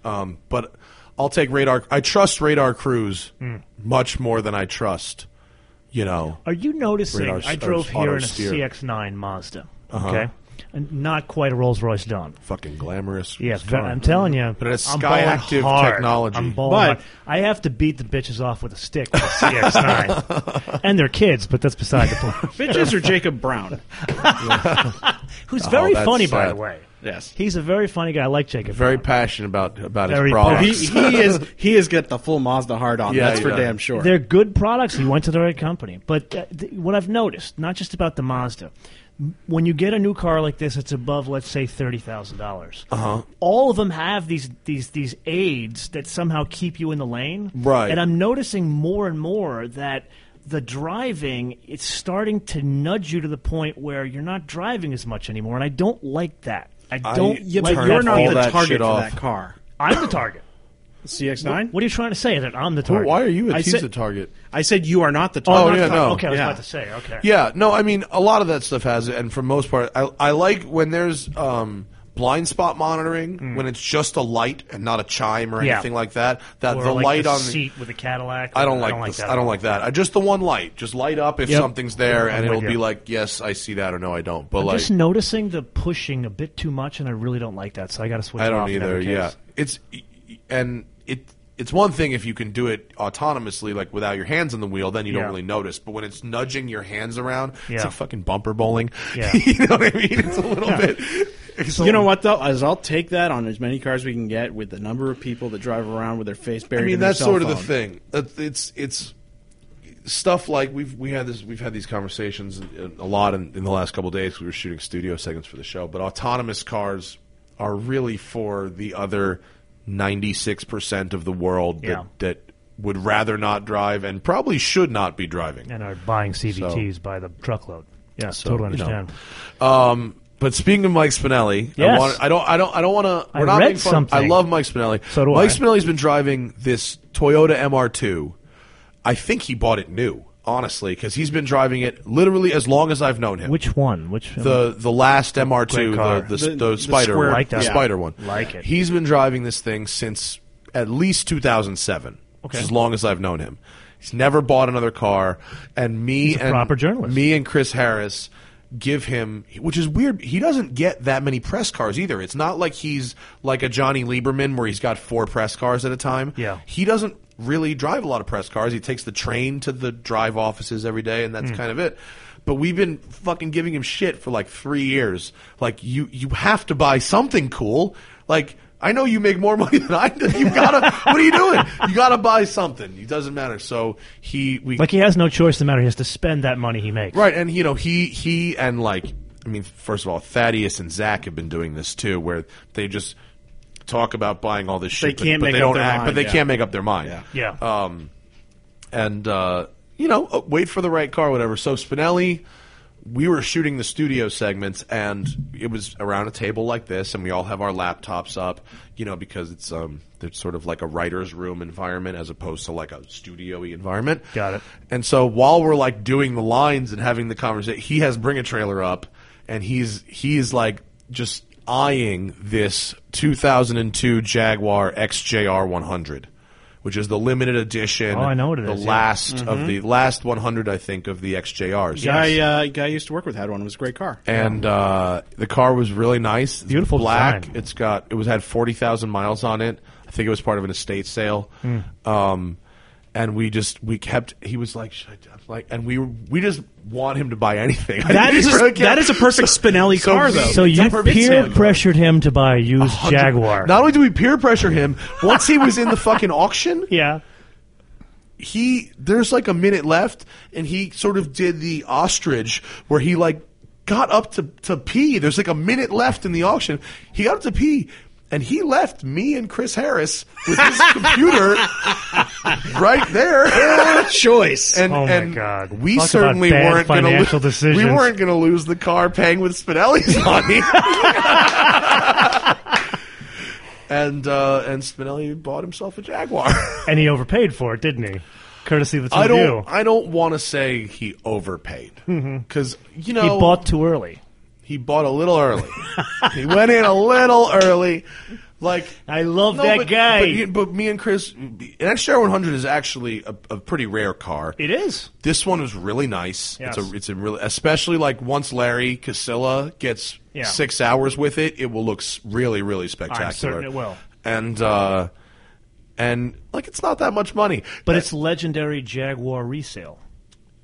Speaker 2: um, but I'll take radar. I trust radar cruise
Speaker 3: Mm.
Speaker 2: much more than I trust, you know.
Speaker 3: Are you noticing?
Speaker 2: Radar
Speaker 3: I
Speaker 2: s-
Speaker 3: drove
Speaker 2: or
Speaker 3: here in a
Speaker 2: steer. Uh-huh.
Speaker 3: CX-9 Mazda. Okay, and not quite a Rolls Royce Dawn.
Speaker 2: Fucking glamorous.
Speaker 3: Yeah,
Speaker 2: car.
Speaker 3: I'm telling you.
Speaker 2: But it's
Speaker 3: I'm
Speaker 2: Sky
Speaker 3: balling
Speaker 2: Active
Speaker 3: hard.
Speaker 2: technology.
Speaker 3: I'm balling
Speaker 1: But-
Speaker 3: hard. I have to beat the bitches off with a stick with a CX9. and their kids, but that's beside the point.
Speaker 1: Bitches or Jacob Brown?
Speaker 3: Who's very
Speaker 2: Oh, that's
Speaker 3: funny, by the
Speaker 2: sad.
Speaker 3: way.
Speaker 1: Yes.
Speaker 3: He's a very funny guy. I like Jacob.
Speaker 2: very passionate about about
Speaker 3: Very
Speaker 2: his
Speaker 1: Oh,
Speaker 2: products.
Speaker 1: he, he is he has got the full Mazda heart on.
Speaker 2: Yeah,
Speaker 1: That's for
Speaker 2: yeah.
Speaker 1: damn sure.
Speaker 3: They're good products. You went to the right company. But uh, th- what I've noticed, not just about the Mazda, m- when you get a new car like this, it's above, let's say, thirty thousand dollars. Uh-huh. All of them have these these these aids that somehow keep you in the lane.
Speaker 2: Right.
Speaker 3: And I'm noticing more and more that the driving it's starting to nudge you to the point where you're not driving as much anymore, and I don't like that. I don't
Speaker 1: yeah,
Speaker 3: like
Speaker 1: but
Speaker 3: that
Speaker 1: you're not
Speaker 3: feeling.
Speaker 2: all
Speaker 1: the
Speaker 2: that
Speaker 1: target
Speaker 2: shit
Speaker 1: for
Speaker 2: off.
Speaker 1: that car.
Speaker 3: I'm the target.
Speaker 1: CX9?
Speaker 3: What are you trying to say? That I'm the target?
Speaker 2: Why are you?
Speaker 1: I
Speaker 2: A, he's
Speaker 1: said-
Speaker 2: the target.
Speaker 1: I said you are not the
Speaker 3: Oh,
Speaker 1: target.
Speaker 3: not
Speaker 2: yeah,
Speaker 3: the target.
Speaker 2: no.
Speaker 3: Okay, I was
Speaker 1: Yeah.
Speaker 3: about to say. Okay.
Speaker 2: Yeah, no, I mean a lot of that stuff has it, and for most part, I I like when there's um, blind spot monitoring when it's just a light and not a chime or
Speaker 3: Hmm. Yeah.
Speaker 2: anything like that. That
Speaker 3: Or
Speaker 2: the
Speaker 3: like
Speaker 2: light
Speaker 3: the
Speaker 2: on
Speaker 3: seat with a Cadillac.
Speaker 2: I don't like, this.
Speaker 3: that.
Speaker 2: I don't like that. I just the one light, just light up if
Speaker 3: Yep.
Speaker 2: something's there,
Speaker 3: I'm
Speaker 2: and it'll
Speaker 3: with
Speaker 2: be
Speaker 3: you.
Speaker 2: like yes, I see that or no, I don't. But
Speaker 3: I'm
Speaker 2: like
Speaker 3: just noticing the pushing a bit too much, and I really don't like that. So I got to switch.
Speaker 2: I
Speaker 3: it
Speaker 2: don't
Speaker 3: off in
Speaker 2: either.
Speaker 3: every case.
Speaker 2: Yeah, it's and it it's one thing if you can do it autonomously, like without your hands on the wheel, then you
Speaker 3: Yeah.
Speaker 2: don't really notice. But when it's nudging your hands around,
Speaker 3: Yeah.
Speaker 2: it's like fucking bumper bowling.
Speaker 3: Yeah.
Speaker 2: you know what I mean? It's a little bit. It's a
Speaker 1: You know what though? As I'll take that on as many cars we can get with the number of people that drive around with their face buried.
Speaker 2: I mean,
Speaker 1: in their
Speaker 2: that's
Speaker 1: cell
Speaker 2: sort of the
Speaker 1: phone.
Speaker 2: thing. That- It's it's stuff like we've we had this we've had these conversations a lot in, in the last couple of days. We were shooting studio segments for the show, but autonomous cars are really for the other ninety six percent of the world that
Speaker 3: Yeah.
Speaker 2: that would rather not drive and probably should not be driving.
Speaker 3: and are buying CVTs by the truckload. Yeah, totally
Speaker 2: you know.
Speaker 3: understand.
Speaker 2: Um, but speaking of Mike Spinelli, I,
Speaker 3: Yes.
Speaker 2: want, I don't, I don't, I don't want to.
Speaker 3: I
Speaker 2: We're not
Speaker 3: read
Speaker 2: making fun.
Speaker 3: something.
Speaker 2: I love Mike Spinelli.
Speaker 3: So do
Speaker 2: Mike
Speaker 3: I.
Speaker 2: Spinelli's been driving this Toyota MR2. I think he bought it new, honestly, because he's been driving it literally as long as I've known him.
Speaker 3: Which one? Which
Speaker 2: the the last
Speaker 3: Great car.
Speaker 2: MR2, the the,
Speaker 1: The-
Speaker 2: the,
Speaker 1: the
Speaker 2: spider
Speaker 1: square-
Speaker 2: one,
Speaker 3: Like that.
Speaker 2: the spider one,
Speaker 3: Like it.
Speaker 2: He's been driving this thing since at least 2007. which
Speaker 3: Okay.
Speaker 2: is as long as I've known him. He's never bought another car, and me
Speaker 3: a
Speaker 2: and
Speaker 3: proper journalist.
Speaker 2: me and Chris Harris give him, which is weird. He doesn't get that many press cars either. It's not like he's like a Johnny Lieberman where he's got four press cars at a time.
Speaker 3: Yeah.
Speaker 2: he doesn't really drive a lot of press cars. He takes the train to the drive offices every day, and
Speaker 3: Hmm.
Speaker 2: that's kind of it. But we've been fucking giving him shit for like three years. Like you, you have to buy something cool. Like I know you make more money than I do. You gotta. what are you doing? You gotta buy something. It doesn't matter. So he, we
Speaker 3: like he has no choice. in The matter he has to spend that money he makes.
Speaker 2: Right, and you know he he and like I mean, first of all, Thaddeus and Zach have been doing this too, where they just talk about buying all this shit, but-
Speaker 1: can't
Speaker 2: but,
Speaker 1: make
Speaker 2: they
Speaker 1: up
Speaker 2: don't
Speaker 1: their
Speaker 2: act, but
Speaker 1: mind,
Speaker 2: they
Speaker 1: yeah.
Speaker 2: can't make up their mind.
Speaker 3: Yeah.
Speaker 2: Um, and uh, you know, uh, wait for the right car, whatever. So Spinelli, we were shooting the studio segments, and it was around a table like this, and we all have our laptops up, you know, because it's um, it's sort of like a writer's room environment as opposed to like a studio-y environment.
Speaker 3: Got it.
Speaker 2: And so while we're like doing the lines and having the conversation, he has bring a trailer up, and he's he's like just eyeing this 2002 Jaguar XJR 100, which is the limited edition.
Speaker 3: Oh, I know what it
Speaker 2: the
Speaker 3: is, yeah.
Speaker 2: last of the last 100, I think, of the XJRs.
Speaker 1: Guy, uh, guy I used to work with had one. It was a great car.
Speaker 2: And uh, the car was really nice. It's
Speaker 3: Beautiful
Speaker 2: black.
Speaker 3: design.
Speaker 2: It's got it was had forty thousand miles on it. I think it was part of an estate sale.
Speaker 3: Hmm.
Speaker 2: Um, and we just we kept. He was like, Should I, do-" I'm like, and we we just want him to buy anything.
Speaker 1: That is
Speaker 2: Really
Speaker 1: a,
Speaker 2: can't-
Speaker 1: that is a perfect Spinelli
Speaker 2: so
Speaker 1: car
Speaker 2: we-
Speaker 1: though.
Speaker 3: So
Speaker 1: That
Speaker 3: you
Speaker 1: permits
Speaker 3: peer
Speaker 1: him.
Speaker 3: pressured him to buy a used Jaguar.
Speaker 2: Not only do we peer pressure him, once he was in the fucking auction,
Speaker 3: yeah.
Speaker 2: he there's like a minute left and he sort of did the ostrich where he like got up to, to pee there's like a minute left in the auction he got up to pee and he left me and chris harris with his computer right there
Speaker 1: choice.
Speaker 2: and,
Speaker 3: Oh my
Speaker 2: and
Speaker 3: God.
Speaker 2: we
Speaker 3: Talk about
Speaker 2: certainly
Speaker 3: bad
Speaker 2: weren't going to
Speaker 3: financial
Speaker 2: lose we
Speaker 3: decisions.
Speaker 2: weren't going to lose the car paying with spinelli's money and uh, and spinelli bought himself a jaguar
Speaker 3: And he overpaid for it, didn't he? Courtesy of the two
Speaker 2: I
Speaker 3: of
Speaker 2: don't.
Speaker 3: you. Mm-hmm.
Speaker 2: I don't want to say he overpaid because you know
Speaker 3: He bought too early.
Speaker 2: he bought a little early. he went in a little early, like
Speaker 3: I love
Speaker 2: No,
Speaker 3: that
Speaker 2: but,
Speaker 3: guy.
Speaker 2: But, you- but me and Chris, an XJR 100 is actually a, a pretty rare car.
Speaker 3: it is.
Speaker 2: this one was really nice. It's
Speaker 3: Yes.
Speaker 2: a it's a really especially like once Larry Casilla gets
Speaker 3: Yeah.
Speaker 2: six hours with it, it will look s- really really spectacular.
Speaker 3: it will.
Speaker 2: And uh, and like it's not that much money, Uh,
Speaker 3: But it's legendary Jaguar resale.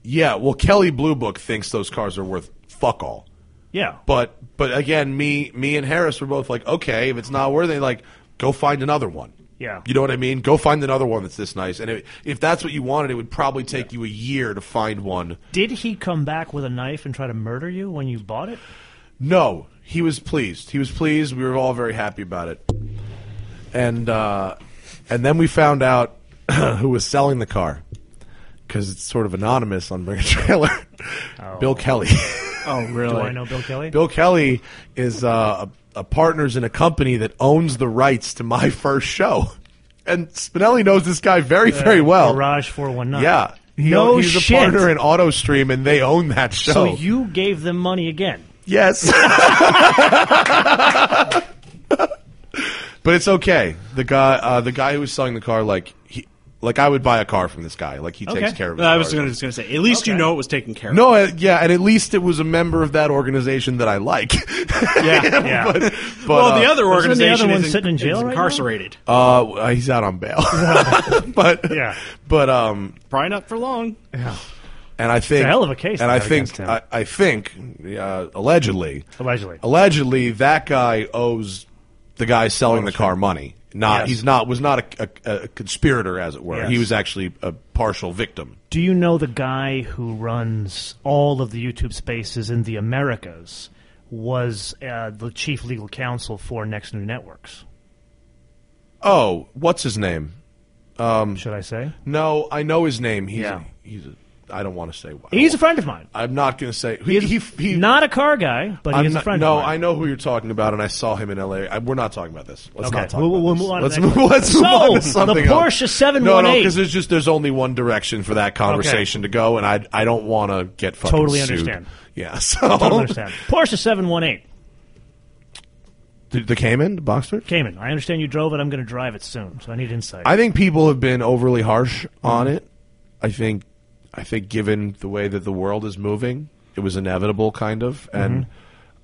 Speaker 2: Yeah, well, Kelly Blue Book thinks those cars are worth fuck all.
Speaker 3: Yeah.
Speaker 2: But but again, me me and Harris were both like, okay, if it's not worth it, like go find another one.
Speaker 3: Yeah.
Speaker 2: you know what I mean. Go find another one that's this nice. And it, if that's what you wanted, it would probably take you a year to find one.
Speaker 3: Did he come back with a knife and try to murder you when you bought it?
Speaker 2: No, he was pleased. He was pleased. We were all very happy about it. And uh, and then we found out who was selling the car because it's sort of anonymous on Bring a Trailer. Bill Kelly.
Speaker 1: Oh, really?
Speaker 3: Do I know Bill Kelly?
Speaker 2: Bill Kelly is uh, a, a partners in a company that owns the rights to my first show, and Spinelli knows this guy very, very well.
Speaker 3: Garage 419.
Speaker 2: Yeah, He
Speaker 3: No
Speaker 2: own- he's
Speaker 3: shit.
Speaker 2: a partner in AutoStream, and they own that show.
Speaker 3: So you gave them money again.
Speaker 2: yes, but it's okay. The guy, uh, the guy who was selling the car, like he, like I would buy a car from this guy. Like he takes
Speaker 3: Okay.
Speaker 2: care of. His
Speaker 1: I was
Speaker 2: cars.
Speaker 1: gonna, just going to say, at least you
Speaker 3: Okay.
Speaker 1: know it was taken care of.
Speaker 2: No, uh, yeah, and at least it was a member of that organization that I like.
Speaker 1: yeah.
Speaker 3: Yeah.
Speaker 2: but, but,
Speaker 1: well, the
Speaker 2: uh,
Speaker 1: other
Speaker 3: isn't the
Speaker 1: organization
Speaker 3: other one
Speaker 1: is, in-
Speaker 3: sitting in jail
Speaker 1: is
Speaker 3: right now?
Speaker 1: incarcerated.
Speaker 2: Uh, he's out on bail, but
Speaker 3: Yeah.
Speaker 2: but um,
Speaker 1: Probably not for long.
Speaker 2: and I think
Speaker 3: a hell of a case
Speaker 2: and
Speaker 3: they
Speaker 2: I
Speaker 3: have against
Speaker 2: think
Speaker 3: him.
Speaker 2: I, I think uh, allegedly,
Speaker 3: Allegedly.
Speaker 2: allegedly that guy owes the guy selling the car money. Not
Speaker 3: Yes.
Speaker 2: he's not was not a, a, a conspirator as it were.
Speaker 3: Yes.
Speaker 2: He was actually a partial victim.
Speaker 3: Do you know the guy who runs all of the YouTube spaces in the Americas was uh, the chief legal counsel for Next New Networks?
Speaker 2: Oh, what's his name?
Speaker 3: Should I say?
Speaker 2: No, I know his name. He's
Speaker 3: Yeah.
Speaker 2: a, he's a, I don't want to say why.
Speaker 3: He's a friend of mine.
Speaker 2: I'm not going to say he, he, he
Speaker 3: Not a car guy, but he
Speaker 2: I'm
Speaker 3: is a
Speaker 2: not-
Speaker 3: friend
Speaker 2: no,
Speaker 3: of mine.
Speaker 2: I know who you're talking about, and I saw him in L.A. I, we're not talking about this. Let's
Speaker 3: Okay.
Speaker 2: not talk
Speaker 3: We'll-
Speaker 2: about
Speaker 3: we'll
Speaker 2: this.
Speaker 3: move on to
Speaker 2: let's
Speaker 3: the next
Speaker 2: move, let's
Speaker 3: one.
Speaker 2: move on to
Speaker 3: So, the
Speaker 2: something else.
Speaker 3: Porsche 718.
Speaker 2: No, no, because there's just there's only one direction for that conversation to go, and I I don't want to get fucking
Speaker 3: Totally
Speaker 2: sued.
Speaker 3: understand.
Speaker 2: Yeah, so
Speaker 3: I don't understand. Porsche 718
Speaker 2: the, the Cayman, the Boxster.
Speaker 3: Cayman. I understand you drove it. I'm going to drive it soon, so I need insight.
Speaker 2: I think people have been overly harsh on it. I think I think given the way that the world is moving, it was inevitable kind of and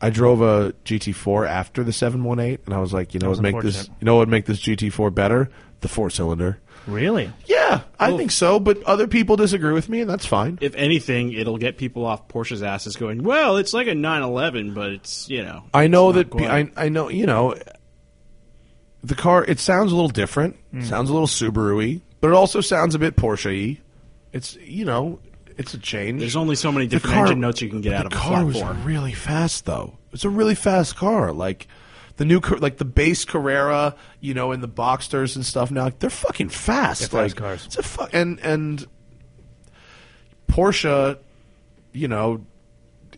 Speaker 2: I drove a GT4 after the 718 and I was like, you know,
Speaker 3: was
Speaker 2: what make this
Speaker 3: unfortunate.
Speaker 2: you know what would make this GT4 better? The four cylinder.
Speaker 3: really?
Speaker 2: Yeah, I think so, but other people disagree with me and that's fine.
Speaker 1: If anything, it'll get people off Porsche's asses going, well, it's like a 911, but it's, you know.
Speaker 2: I know
Speaker 1: it's
Speaker 2: that
Speaker 1: not
Speaker 2: pe-
Speaker 1: quite."
Speaker 2: I, I know you know the car. It sounds a little different.
Speaker 1: Mm.
Speaker 2: Sounds a little Subaru-y, but it also sounds a bit Porsche-y. It's you know it's a change.
Speaker 1: There's only so many
Speaker 2: The
Speaker 1: different engine notes you can get
Speaker 2: but
Speaker 1: out of
Speaker 2: the
Speaker 1: a
Speaker 2: car.
Speaker 1: flat
Speaker 2: Was
Speaker 1: four.
Speaker 2: really fast though. It's a really fast car. Like the new Car- like the base Carrera, you know, and the Boxsters and stuff. Now like, they're fucking fast.
Speaker 3: They're fast
Speaker 2: like,
Speaker 3: cars.
Speaker 2: It's a fu- and and Porsche, you know,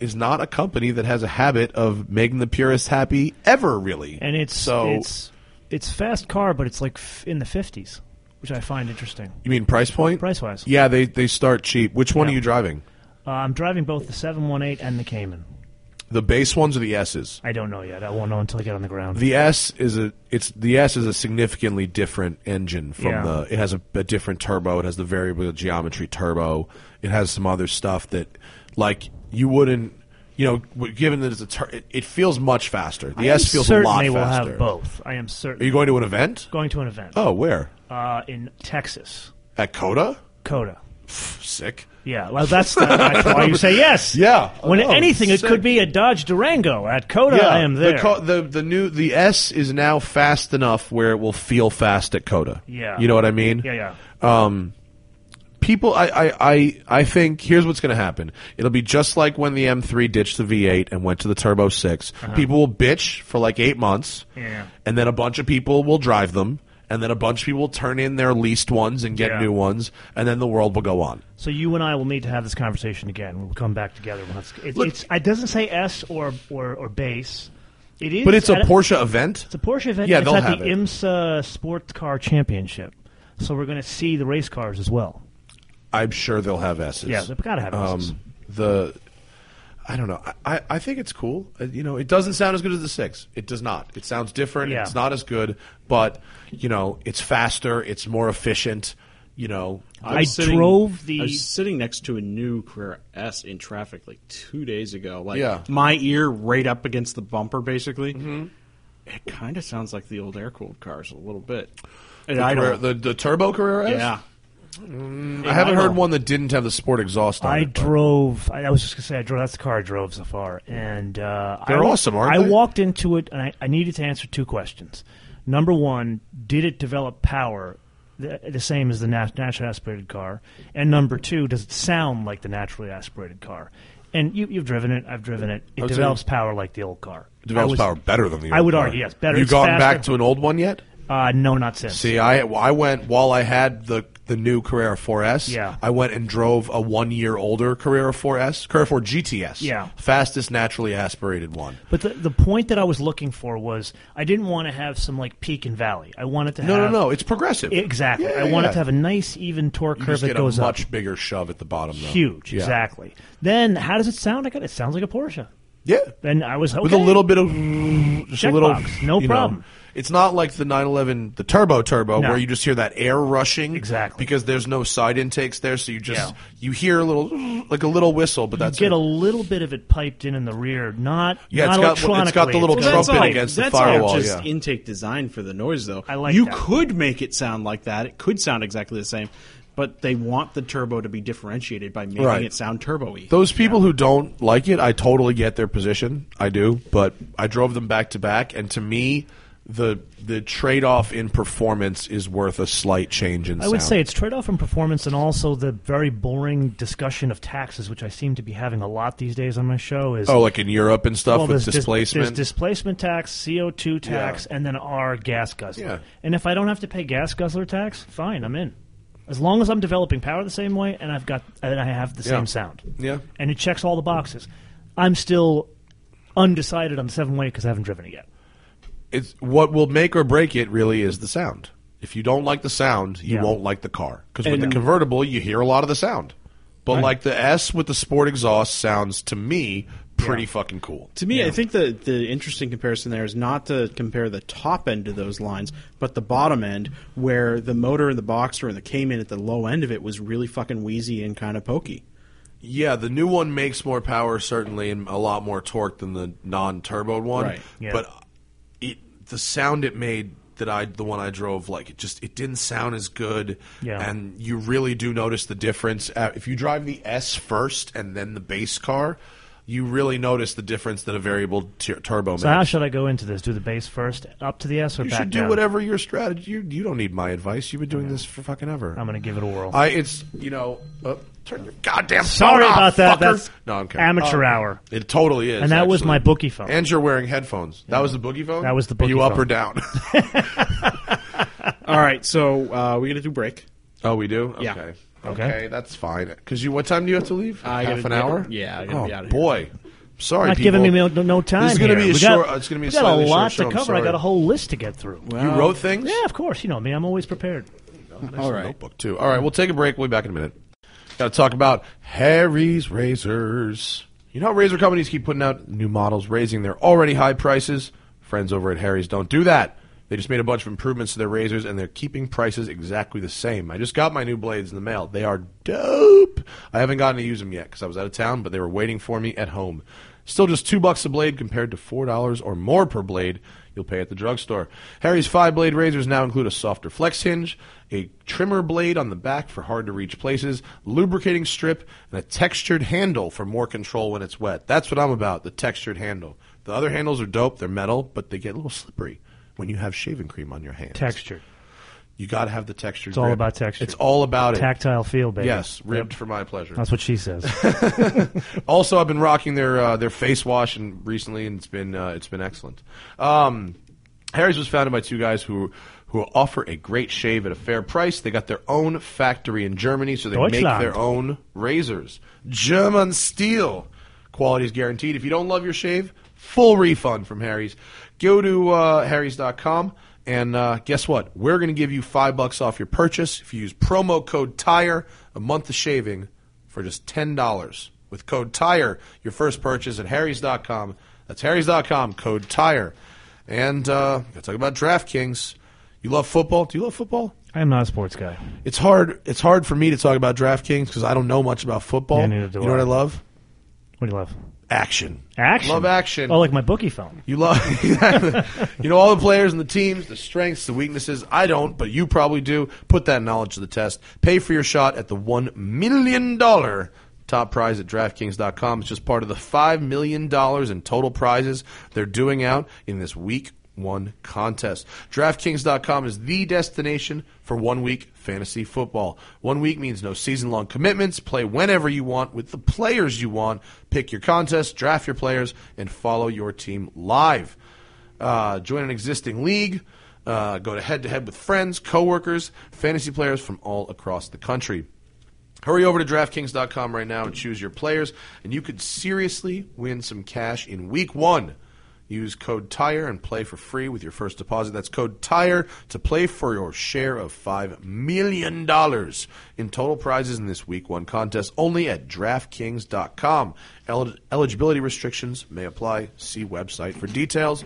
Speaker 2: is not a company that has a habit of making the purists happy ever, really.
Speaker 3: And it's
Speaker 2: so.
Speaker 3: it's it's fast car, but it's like f- in the 50s, which I find interesting.
Speaker 2: you mean price point?
Speaker 3: Price wise,
Speaker 2: Yeah, they they start cheap. Which one
Speaker 3: Yeah.
Speaker 2: are you driving?
Speaker 3: uh, I'm driving both the 718 and the Cayman.
Speaker 2: The base ones or the S's?
Speaker 3: I don't know yet. I won't know until I get on the ground.
Speaker 2: The S is a it's the S is a significantly different engine from
Speaker 3: Yeah.
Speaker 2: the. It has a, a different turbo. It has the variable geometry turbo. It has some other stuff that, like you wouldn't, you know, w- given that it's a, tur- it, it feels much faster. The
Speaker 3: I am
Speaker 2: S feels a
Speaker 3: certain
Speaker 2: lot
Speaker 3: they will
Speaker 2: faster.
Speaker 3: have both. I am certain.
Speaker 2: Are you going to an event?
Speaker 3: going to an event?
Speaker 2: Oh, where?
Speaker 3: Uh, in Texas,
Speaker 2: At Coda?
Speaker 3: Coda.
Speaker 2: Sick.
Speaker 3: Yeah, well, that's, that's why you say yes.
Speaker 2: Yeah.
Speaker 3: When
Speaker 2: Oh,
Speaker 3: anything, it
Speaker 2: sick.
Speaker 3: could be a Dodge Durango at Coda. I am there.
Speaker 2: The, co- the the new the S is now fast enough where it will feel fast at Coda.
Speaker 3: Yeah.
Speaker 2: You know what I mean?
Speaker 3: yeah, yeah.
Speaker 2: people I, I, I, I think here's what's going to happen it'll be just like when the m3 ditched the v8 and went to the turbo 6 people will bitch for like eight months
Speaker 3: Uh-huh. Yeah.
Speaker 2: and then a bunch of people will drive them and then a bunch of people will turn in their leased ones and get
Speaker 3: Yeah.
Speaker 2: new ones and then the world will go on
Speaker 3: So you and I will need to have this conversation again. We'll come back together. Once. It, it's, it doesn't say S or or, or base. It is,
Speaker 2: but it's a
Speaker 3: at
Speaker 2: porsche event
Speaker 3: It's a Porsche event.
Speaker 2: Yeah,
Speaker 3: it's
Speaker 2: they'll
Speaker 3: at
Speaker 2: have
Speaker 3: the
Speaker 2: it.
Speaker 3: IMSA Sports Car Championship. So we're going to see the race cars as well.
Speaker 2: i'm sure they'll have s's
Speaker 3: Yeah, they've got to have S's.
Speaker 2: um, the I don't know. I, I- I think it's cool. Uh, You know, it doesn't sound as good as the six. It does not. It sounds different.
Speaker 3: Yeah.
Speaker 2: It's not as good, but you know, it's faster. It's more efficient. You know,
Speaker 1: I was
Speaker 3: I drove the-
Speaker 1: I was sitting next to a new Carrera S in traffic like two days ago. Like
Speaker 2: Yeah.
Speaker 1: my ear right up against the bumper, basically. It kind of sounds like the old air cooled cars a little bit. And I
Speaker 2: Carrera-
Speaker 1: don't.
Speaker 2: the the turbo Carrera. S?
Speaker 1: yeah.
Speaker 2: I haven't
Speaker 3: I
Speaker 2: heard
Speaker 3: don't-
Speaker 2: one that didn't have the sport exhaust. on
Speaker 3: I
Speaker 2: it, but-
Speaker 3: drove. I, I was just gonna say I drove. That's the car I drove so far, and uh, I
Speaker 2: They're
Speaker 3: wa-
Speaker 2: awesome, aren't
Speaker 3: I
Speaker 2: they?
Speaker 3: walked into it, and I, I needed to answer two questions. Number one, did it develop power the, the same as the nat- naturally aspirated car? And number two, does it sound like the naturally aspirated car? And you, you've driven it. I've driven it. It
Speaker 2: would say-
Speaker 3: develops power like the old car.
Speaker 2: Develops
Speaker 3: I was-
Speaker 2: power better than the.
Speaker 3: I
Speaker 2: old
Speaker 3: would
Speaker 2: car.
Speaker 3: argue, yes, better.
Speaker 2: You
Speaker 3: It's
Speaker 2: gone
Speaker 3: faster.
Speaker 2: back to an old one yet?
Speaker 3: Uh, no, not since.
Speaker 2: See, I I went while I had the the new Carrera 4S.
Speaker 3: Yeah.
Speaker 2: I went and drove a one year older Carrera 4S, Carrera 4 GTS.
Speaker 3: Yeah.
Speaker 2: fastest naturally aspirated one.
Speaker 3: But the, the point that I was looking for was I didn't want to have some like peak and valley. I wanted to
Speaker 2: No, no,
Speaker 3: have
Speaker 2: no, it's progressive.
Speaker 3: exactly.
Speaker 2: Yeah,
Speaker 3: I wanted
Speaker 2: yeah.
Speaker 3: to have a nice even torque
Speaker 2: You
Speaker 3: curve
Speaker 2: just
Speaker 3: that
Speaker 2: get
Speaker 3: goes
Speaker 2: a much
Speaker 3: up.
Speaker 2: bigger shove at the bottom. Though.
Speaker 3: Huge,
Speaker 2: Yeah.
Speaker 3: exactly. Then how does it sound? I got it sounds like a Porsche.
Speaker 2: Yeah,
Speaker 3: Then I was okay.
Speaker 2: with a little bit of just a
Speaker 3: Checkbox,
Speaker 2: little,
Speaker 3: no
Speaker 2: you know.
Speaker 3: problem.
Speaker 2: It's not like the 911, the turbo turbo,
Speaker 3: No.
Speaker 2: where you just hear that air rushing.
Speaker 3: Exactly.
Speaker 2: Because there's no side intakes there, so you just
Speaker 3: Yeah.
Speaker 2: you hear a little, like a little whistle, but that's
Speaker 3: get
Speaker 2: it.
Speaker 3: a little bit of it piped in in the rear, not
Speaker 2: Yeah, it's
Speaker 3: not
Speaker 2: got- it's got the
Speaker 3: electronically.
Speaker 2: little
Speaker 3: It's
Speaker 2: trumpet
Speaker 3: piped.
Speaker 2: against- the
Speaker 1: that's
Speaker 2: firewall,
Speaker 1: All just
Speaker 2: yeah.
Speaker 1: intake design for the noise, though.
Speaker 3: I like
Speaker 1: you
Speaker 3: that.
Speaker 1: could make it sound like that. It could sound exactly the same, but they want the turbo to be differentiated by making
Speaker 2: Right.
Speaker 1: it sound turbo-y.
Speaker 2: Those people who don't like it, I totally get their position. I do, but I drove them back to back, and to me, the the trade off in performance is worth a slight change in.
Speaker 3: I would
Speaker 2: sound.
Speaker 3: say it's trade off in performance and also the very boring discussion of taxes, which I seem to be having a lot these days on my show. Is
Speaker 2: oh, like in Europe and stuff
Speaker 3: well,
Speaker 2: with
Speaker 3: there's dis-
Speaker 2: displacement.
Speaker 3: there's displacement tax, CO two tax, and then our gas guzzler.
Speaker 2: Yeah.
Speaker 3: And if I don't have to pay gas guzzler tax, fine, I'm in. As long as I'm developing power the same way and I've got and I have the
Speaker 2: Yeah.
Speaker 3: same sound.
Speaker 2: Yeah.
Speaker 3: And it checks all the boxes. I'm still undecided on the seven way because I haven't driven it yet.
Speaker 2: it's what will make or break it really is the sound. If you don't like the sound, you
Speaker 3: Yeah.
Speaker 2: won't like the car because with the
Speaker 1: And-
Speaker 2: convertible, you hear a lot of the sound. But like the S with the sport exhaust sounds to me pretty fucking cool.
Speaker 1: To me, I think the the interesting comparison there is not to compare the top end of those lines, but the bottom end, where the motor and the boxer and the Cayman at the low end of it was really fucking wheezy and kind of pokey.
Speaker 2: Yeah, the new one makes more power certainly and a lot more torque than the non-turbo one.
Speaker 1: Right.
Speaker 3: Yeah.
Speaker 2: But it, the sound it made that I the one I drove like it just it didn't sound as good.
Speaker 3: Yeah.
Speaker 2: And you really do notice the difference Uh, if you drive the S first and then the base car. You really notice the difference that a variable tur turbo
Speaker 3: So how
Speaker 2: makes.
Speaker 3: should I go into this? Do the base first, up to the S, or
Speaker 2: You
Speaker 3: back
Speaker 2: should do
Speaker 3: down?
Speaker 2: whatever your strategy. You, you don't need my advice. You've been doing this for fucking ever.
Speaker 3: I'm going to give it a whirl.
Speaker 2: I it's you know uh, turn your goddamn
Speaker 3: Sorry
Speaker 2: phone off,
Speaker 3: about that.
Speaker 2: fucker.
Speaker 3: That's
Speaker 2: no, I'm kidding.
Speaker 3: amateur
Speaker 2: Uh,
Speaker 3: hour.
Speaker 2: It totally is.
Speaker 3: And that was
Speaker 2: actually.
Speaker 3: my bookie phone.
Speaker 2: And you're wearing headphones. That was the boogie phone?
Speaker 3: That was the
Speaker 2: Are you
Speaker 3: boogie
Speaker 2: up
Speaker 3: phone.
Speaker 2: or down?
Speaker 1: All right, so uh, we're gonna do break.
Speaker 2: oh, we do? Okay.
Speaker 1: Yeah.
Speaker 3: Okay.
Speaker 2: Okay, that's fine. Because you, what time do you have to leave?
Speaker 1: Uh, I
Speaker 2: Half
Speaker 1: gotta
Speaker 2: an
Speaker 1: get-
Speaker 2: hour?
Speaker 1: yeah, I gotta
Speaker 2: oh,
Speaker 1: be outta here.
Speaker 2: boy. Sorry,
Speaker 3: not
Speaker 2: people.
Speaker 3: giving me no, no time.
Speaker 2: This is gonna
Speaker 3: here.
Speaker 2: be a
Speaker 3: we
Speaker 2: short.
Speaker 3: Got,
Speaker 2: it's going to be a
Speaker 3: we got a
Speaker 2: slightly short
Speaker 3: lot
Speaker 2: show,
Speaker 3: to
Speaker 2: I'm
Speaker 3: cover. I got
Speaker 2: sorry.
Speaker 3: a whole list to get through.
Speaker 2: You wrote things?
Speaker 3: Uh, Yeah, of course. You know me. I'm always prepared.
Speaker 1: All right,
Speaker 2: Notebook too. All right, we'll take a break. We'll be back in a minute. Got to talk about Harry's razors. You know, how razor companies keep putting out new models, raising their already high prices. Friends over at Harry's don't do that. They just made a bunch of improvements to their razors, and they're keeping prices exactly the same. I just got my new blades in the mail. They are dope. I haven't gotten to use them yet because I was out of town, but they were waiting for me at home. Still just two bucks a blade compared to four dollars or more per blade you'll pay at the drugstore. Harry's five blade razors now include a softer flex hinge, a trimmer blade on the back for hard to reach places, lubricating strip, and a textured handle for more control when it's wet. That's what I'm about, the textured handle. The other handles are dope, they're metal, but they get a little slippery when you have shaving cream on your hands.
Speaker 3: Texture.
Speaker 2: You got to have the textured
Speaker 3: It's all
Speaker 2: grip.
Speaker 3: about texture.
Speaker 2: It's all about it.
Speaker 3: Tactile feel, baby.
Speaker 2: Yes, ribbed for my pleasure.
Speaker 3: That's what she says.
Speaker 2: Also, I've been rocking their uh, their face wash and recently, and it's been uh, it's been excellent. Um, Harry's was founded by two guys who who offer a great shave at a fair price. They got their own factory in Germany, so they make
Speaker 3: Deutschland.
Speaker 2: their own razors. German steel quality is guaranteed. If you don't love your shave, full refund from Harry's. Go to uh, Harry's.com. And uh, guess what? We're going to give you five bucks off your purchase if you use promo code TIRE, a month of shaving for just $10 with code TIRE, your first purchase at Harry's.com. That's Harry's.com, code TIRE. And uh, let's talk about DraftKings. You love football? Do you love football?
Speaker 3: I am not a sports guy.
Speaker 2: It's hard. It's hard for me to talk about DraftKings because I don't know much about football.
Speaker 3: Yeah, neither do
Speaker 2: you know what
Speaker 3: I.
Speaker 2: I love?
Speaker 3: What do you love?
Speaker 2: Action.
Speaker 3: Action.
Speaker 2: Love action.
Speaker 3: Oh, like my bookie phone.
Speaker 2: You love, you know, all the players and the teams, the strengths, the weaknesses. I don't, but you probably do. Put that knowledge to the test. Pay for your shot at the one million dollar top prize at DraftKings.com. It's just part of the five million dollars in total prizes they're doing out in this week one contest. DraftKings.com is the destination for one week fantasy football. One week means no season long commitments. Play whenever you want with the players you want. Pick your contest, draft your players, and follow your team live. Uh, join an existing league. Uh, go to head to head with friends, coworkers, fantasy players from all across the country. Hurry over to DraftKings.com right now and choose your players, and you could seriously win some cash in week one. Use code TIRE E and play for free with your first deposit. That's code TIRE E to play for your share of $5 million in total prizes in this week one contest only at DraftKings.com. Elig- eligibility restrictions may apply. See website for details.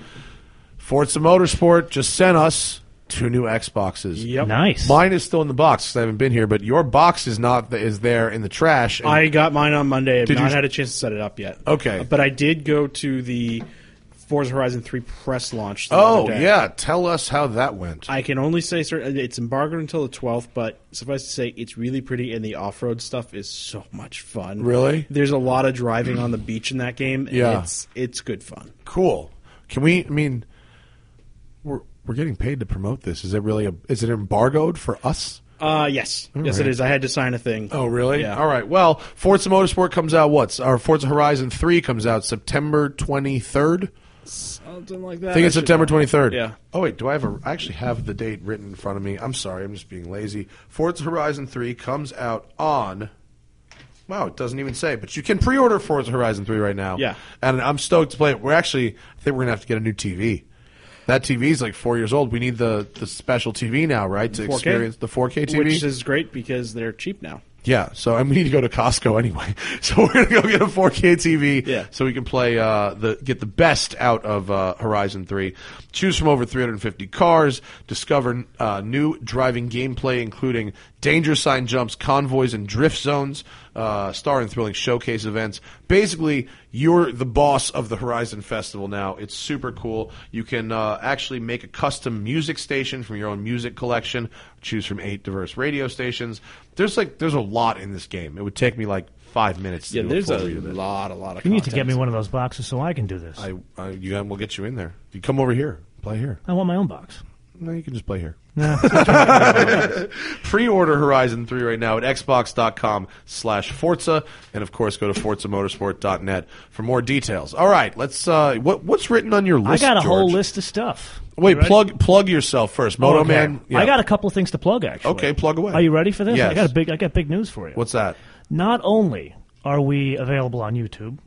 Speaker 2: Forza Motorsport just sent us two new Xboxes.
Speaker 1: Yep.
Speaker 3: Nice.
Speaker 2: Mine is still in the box 'cause I haven't been here, but your box is not is there in the trash. and-
Speaker 1: I got mine on Monday. I've
Speaker 2: Did you-
Speaker 1: not had a chance to set it up yet.
Speaker 2: Okay.
Speaker 1: But I did go to the Forza Horizon 3 press launch. the
Speaker 2: oh
Speaker 1: other day.
Speaker 2: yeah, tell us how that went.
Speaker 1: I can only say sir, it's embargoed until the 12th, but suffice to say, it's really pretty, and the off road stuff is so much fun.
Speaker 2: Really?
Speaker 1: There's a lot of driving on the beach in that game. and
Speaker 2: Yeah.
Speaker 1: It's, it's good fun.
Speaker 2: cool. Can we? I mean, we're we're getting paid to promote this. Is it really a? Is it embargoed for us?
Speaker 1: Uh, yes. yes,
Speaker 2: right.
Speaker 1: it is. I had to sign a thing.
Speaker 2: Oh, really?
Speaker 1: Yeah.
Speaker 2: All right. Well, Forza Motorsport comes out. What's our Forza Horizon Three comes out September twenty third.
Speaker 1: Something like that.
Speaker 2: I think it's
Speaker 1: should
Speaker 2: September
Speaker 1: know.
Speaker 2: twenty third.
Speaker 1: Yeah.
Speaker 2: Oh wait, do I have a? I actually have the date written in front of me. I'm sorry, I'm just being lazy. Forza Horizon Three comes out on. Wow, it doesn't even say, but you can pre-order Forza Horizon Three right now.
Speaker 1: Yeah.
Speaker 2: and I'm stoked to play it. We're actually, I think we're gonna have to get a new TV. That TV is like four years old. We need the the special TV now, right? To
Speaker 1: 4K?
Speaker 2: experience the 4K TV,
Speaker 1: Which is great because they're cheap now.
Speaker 2: yeah, so and we need to go to Costco anyway. So we're gonna go get a 4K TV,
Speaker 1: Yeah.
Speaker 2: so we can play uh, the get the best out of uh, Horizon Three. Choose from over 350 cars. Discover uh, new driving gameplay, including danger sign jumps, convoys, and drift zones. Uh, star and thrilling showcase events. Basically, you're the boss of the Horizon Festival now. It's super cool. You can uh, actually make a custom music station from your own music collection. Choose from eight diverse radio stations. There's like there's a lot in this game. It would take me like five minutes. To
Speaker 1: Yeah,
Speaker 2: do
Speaker 1: there's
Speaker 2: a
Speaker 1: a
Speaker 2: full read of it.
Speaker 1: lot, a lot of
Speaker 3: You need to get
Speaker 1: content.
Speaker 3: me one of those boxes so I can do this. I,
Speaker 2: I, I you, and we'll get you in there. You come over here, play here.
Speaker 3: want my own box.
Speaker 2: No, you can just play here. Pre-order Horizon 3 right now at xbox.com slash Forza. And, of course, go to forzamotorsport.net for more details. All right, let's... Uh, what, what's written on your
Speaker 3: I
Speaker 2: list,
Speaker 3: got a whole
Speaker 2: George?
Speaker 3: list of stuff.
Speaker 2: Wait,
Speaker 3: You ready?
Speaker 2: plug plug yourself first. Moto
Speaker 3: Okay.
Speaker 2: Man. yeah.
Speaker 3: I got a couple of things to plug actually.
Speaker 2: Okay, plug away.
Speaker 3: Are you ready for this?
Speaker 2: Yes.
Speaker 3: I got a big I got big news for you.
Speaker 2: What's that?
Speaker 3: Not only are we available on YouTube,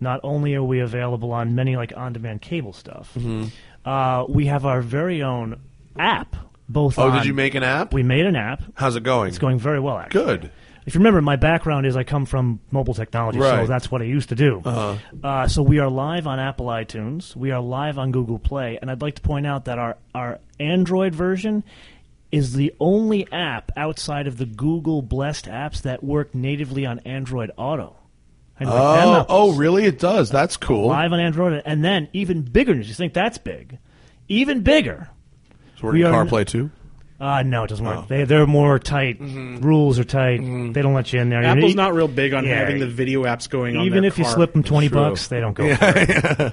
Speaker 3: not only are we available on many like on-demand cable stuff.
Speaker 2: Mm-hmm.
Speaker 3: Uh, we have our very own app both
Speaker 2: Oh,
Speaker 3: on-
Speaker 2: did you make an app?
Speaker 3: We made an app.
Speaker 2: How's it going?
Speaker 3: It's going very well actually.
Speaker 2: Good.
Speaker 3: If you remember, my background is I come from mobile technology, so
Speaker 2: Right.
Speaker 3: that's what I used to do.
Speaker 1: Uh-huh.
Speaker 3: uh so we are live on Apple iTunes. We are live on Google Play, and I'd like to point out that our our Android version is the only app outside of the Google blessed apps that work natively on Android Auto. And like them
Speaker 2: Oh,
Speaker 3: apples.
Speaker 2: oh, really? It does. That's cool.
Speaker 3: live on Android, and then even bigger news. You think that's big? Even bigger.
Speaker 2: So we're
Speaker 3: we
Speaker 2: in
Speaker 3: are-
Speaker 2: CarPlay, too?
Speaker 3: Uh, no, it doesn't
Speaker 1: Oh.
Speaker 3: work. They, they're more tight. Rules are tight. They don't let you in there.
Speaker 1: Mm-hmm. Apple's
Speaker 3: You-
Speaker 1: not real big on
Speaker 3: Yeah.
Speaker 1: having the video apps going on.
Speaker 3: Even
Speaker 1: their
Speaker 3: if you
Speaker 1: car.
Speaker 3: slip them twenty bucks, they don't go. for it.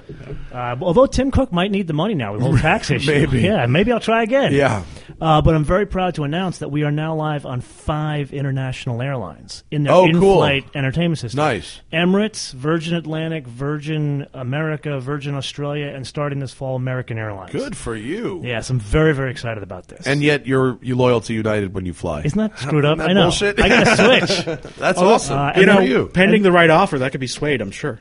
Speaker 3: Uh, although Tim Cook might need the money now with the whole tax issue.
Speaker 2: Maybe.
Speaker 3: Yeah, maybe I'll try again.
Speaker 2: Yeah.
Speaker 3: Uh, but I'm very proud to announce that we are now live on five international airlines in their
Speaker 2: Oh, cool.
Speaker 3: in-flight entertainment system.
Speaker 2: Nice.
Speaker 3: Emirates, Virgin Atlantic, Virgin America, Virgin Australia, and starting this fall, American Airlines.
Speaker 2: Good for you.
Speaker 3: Yes, I'm very very excited about this.
Speaker 2: And yet you're you loyal to United when you fly.
Speaker 3: isn't that screwed up?
Speaker 2: Isn't that
Speaker 3: I know.
Speaker 2: bullshit?
Speaker 3: I gotta switch.
Speaker 2: That's
Speaker 3: Oh,
Speaker 2: awesome.
Speaker 3: uh,
Speaker 2: Good
Speaker 3: and
Speaker 2: for
Speaker 3: then-
Speaker 2: you.
Speaker 1: Pending the right offer, that could be swayed, I'm sure.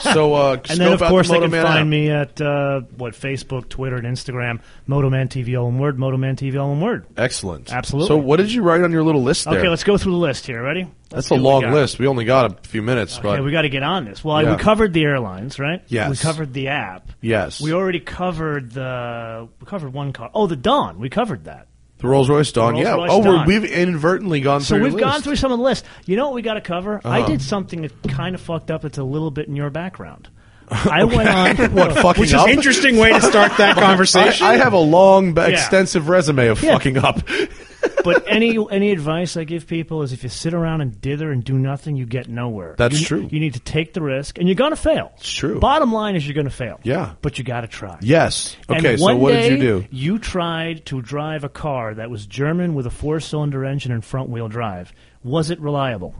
Speaker 2: So, uh,
Speaker 3: And then,
Speaker 2: scope
Speaker 3: of
Speaker 2: out
Speaker 3: course,
Speaker 2: the
Speaker 3: they can
Speaker 2: Motoman
Speaker 3: find
Speaker 2: app.
Speaker 3: me at uh, what Facebook, Twitter, and Instagram. Motoman TV all in word. Motoman TV all in word.
Speaker 2: Excellent.
Speaker 3: Absolutely.
Speaker 2: So, what did you write on your little list there?
Speaker 3: Okay, let's go through the list here. Ready?
Speaker 2: That's
Speaker 3: Let's
Speaker 2: a
Speaker 3: see what we
Speaker 2: long
Speaker 3: got.
Speaker 2: list. We only got a few minutes,
Speaker 3: Okay,
Speaker 2: but
Speaker 3: we got to get on this. Well, I-
Speaker 2: Yeah.
Speaker 3: we covered the airlines, right?
Speaker 2: Yes.
Speaker 3: We covered the app.
Speaker 2: yes,
Speaker 3: We already covered the. We covered one car. Oh, the Dawn. We covered that.
Speaker 2: the Rolls Royce Dawn.
Speaker 3: Rolls
Speaker 2: Yeah.
Speaker 3: Royce
Speaker 2: oh,
Speaker 3: Dawn.
Speaker 2: We're, we've inadvertently gone
Speaker 3: So
Speaker 2: through. your
Speaker 3: we've gone
Speaker 2: list. Uh-huh.
Speaker 3: through some of the list. You know what we got to cover? I did something that kind of fucked up. It's a little bit in your background. I went on.
Speaker 2: what fucking
Speaker 1: Which is
Speaker 2: up.
Speaker 1: an interesting way to start that conversation.
Speaker 2: I, I have a long, ba-
Speaker 3: Yeah.
Speaker 2: extensive resume of
Speaker 3: Yeah.
Speaker 2: fucking up.
Speaker 3: but any any advice I give people is if you sit around and dither and do nothing, you get nowhere.
Speaker 2: That's
Speaker 3: You-
Speaker 2: true.
Speaker 3: You need to take the risk, and you're going to fail. It's
Speaker 2: true.
Speaker 3: Bottom line is you're going to fail.
Speaker 2: Yeah.
Speaker 3: but you got to try.
Speaker 2: yes.
Speaker 3: And
Speaker 2: Okay. So
Speaker 3: one
Speaker 2: what did you
Speaker 3: day,
Speaker 2: do?
Speaker 3: You tried to drive a car that was German with a four-cylinder engine and front-wheel drive. Was it reliable?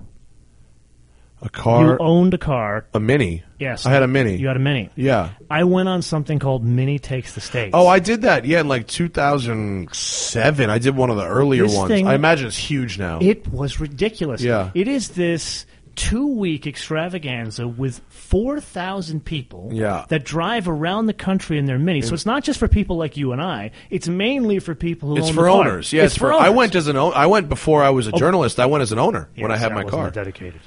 Speaker 2: A car,
Speaker 3: you owned a car.
Speaker 2: a mini.
Speaker 3: Yes.
Speaker 2: I had a mini.
Speaker 3: You had a mini.
Speaker 2: yeah.
Speaker 3: I went on something called Mini Takes the Stage.
Speaker 2: Oh, I did that. Yeah, in like 2007, I did one of the earlier
Speaker 3: This
Speaker 2: ones.
Speaker 3: thing-
Speaker 2: I imagine it's huge now.
Speaker 3: It was ridiculous.
Speaker 2: Yeah.
Speaker 3: It is this two week extravaganza with 4,000 people
Speaker 2: Yeah.
Speaker 3: that drive around the country in their mini. So it's not just for people like you and I, it's mainly for people who
Speaker 2: it's
Speaker 3: own
Speaker 2: for
Speaker 3: the car.
Speaker 2: owners. Yeah, it's, for. I
Speaker 3: owners.
Speaker 2: went as an. Own, I went before I was a journalist. I went as an owner when I
Speaker 3: Yes,
Speaker 2: had
Speaker 3: that
Speaker 2: my
Speaker 3: wasn't
Speaker 2: car.
Speaker 3: dedicated.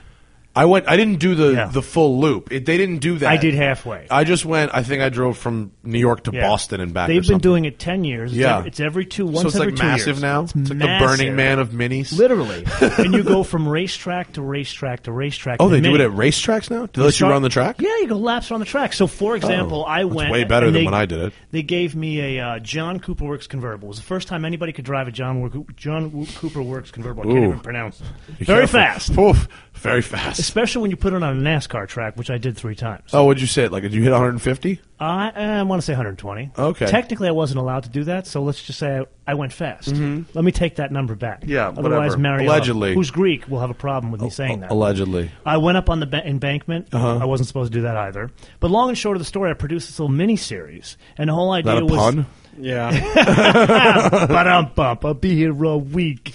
Speaker 2: I went. I didn't do the
Speaker 3: Yeah.
Speaker 2: the full loop. It, they didn't do that.
Speaker 3: I did halfway.
Speaker 2: I just went. I think I drove from New York to
Speaker 3: Yeah.
Speaker 2: Boston and back. or
Speaker 3: They've been
Speaker 2: something.
Speaker 3: doing it 10 years. It's
Speaker 2: Yeah.
Speaker 3: ev- It's every two, once
Speaker 2: So it's
Speaker 3: every
Speaker 2: like
Speaker 3: two
Speaker 2: massive
Speaker 3: years.
Speaker 2: now.
Speaker 3: It's,
Speaker 2: like the
Speaker 3: massive.
Speaker 2: Burning Man of minis.
Speaker 3: Literally. and you go from racetrack to racetrack to racetrack.
Speaker 2: Oh,
Speaker 3: in the
Speaker 2: they do it
Speaker 3: mini.
Speaker 2: at racetracks now. Do they let you
Speaker 3: Start-
Speaker 2: run the track? Oh,
Speaker 3: Yeah, you go laps around the track. So, for example, I
Speaker 2: that's
Speaker 3: went
Speaker 2: way better
Speaker 3: and
Speaker 2: than
Speaker 3: they-
Speaker 2: when I did it.
Speaker 3: They gave me a uh, John Cooper Works convertible. It was the first time anybody could drive a John Wor- John W- Cooper Works convertible. I can't
Speaker 2: Ooh.
Speaker 3: even pronounce.
Speaker 2: Be
Speaker 3: it. Very
Speaker 2: careful.
Speaker 3: fast,
Speaker 2: Oof, very fast.
Speaker 3: especially when you put it on a NASCAR track, which I did three times.
Speaker 2: Oh, what'd you say? Like, did you hit 150?
Speaker 3: I, eh, I want to say 120.
Speaker 2: Okay.
Speaker 3: Technically, I wasn't allowed to do that, so let's just say I, I went fast. Let me take that number back.
Speaker 2: Mm-hmm. Yeah,
Speaker 3: Otherwise,
Speaker 2: whatever.
Speaker 3: Mario,
Speaker 2: Allegedly. Oh,
Speaker 3: who's Greek, will have a problem with me saying that.
Speaker 2: Allegedly. Uh-huh.
Speaker 3: I went up on the ba- embankment. I wasn't supposed to do that either. But long and short of the story, I produced this little mini series, and the whole idea
Speaker 2: Not a
Speaker 3: was
Speaker 2: pun.
Speaker 1: Yeah.
Speaker 3: Ba-dum bump. I'll be here all week.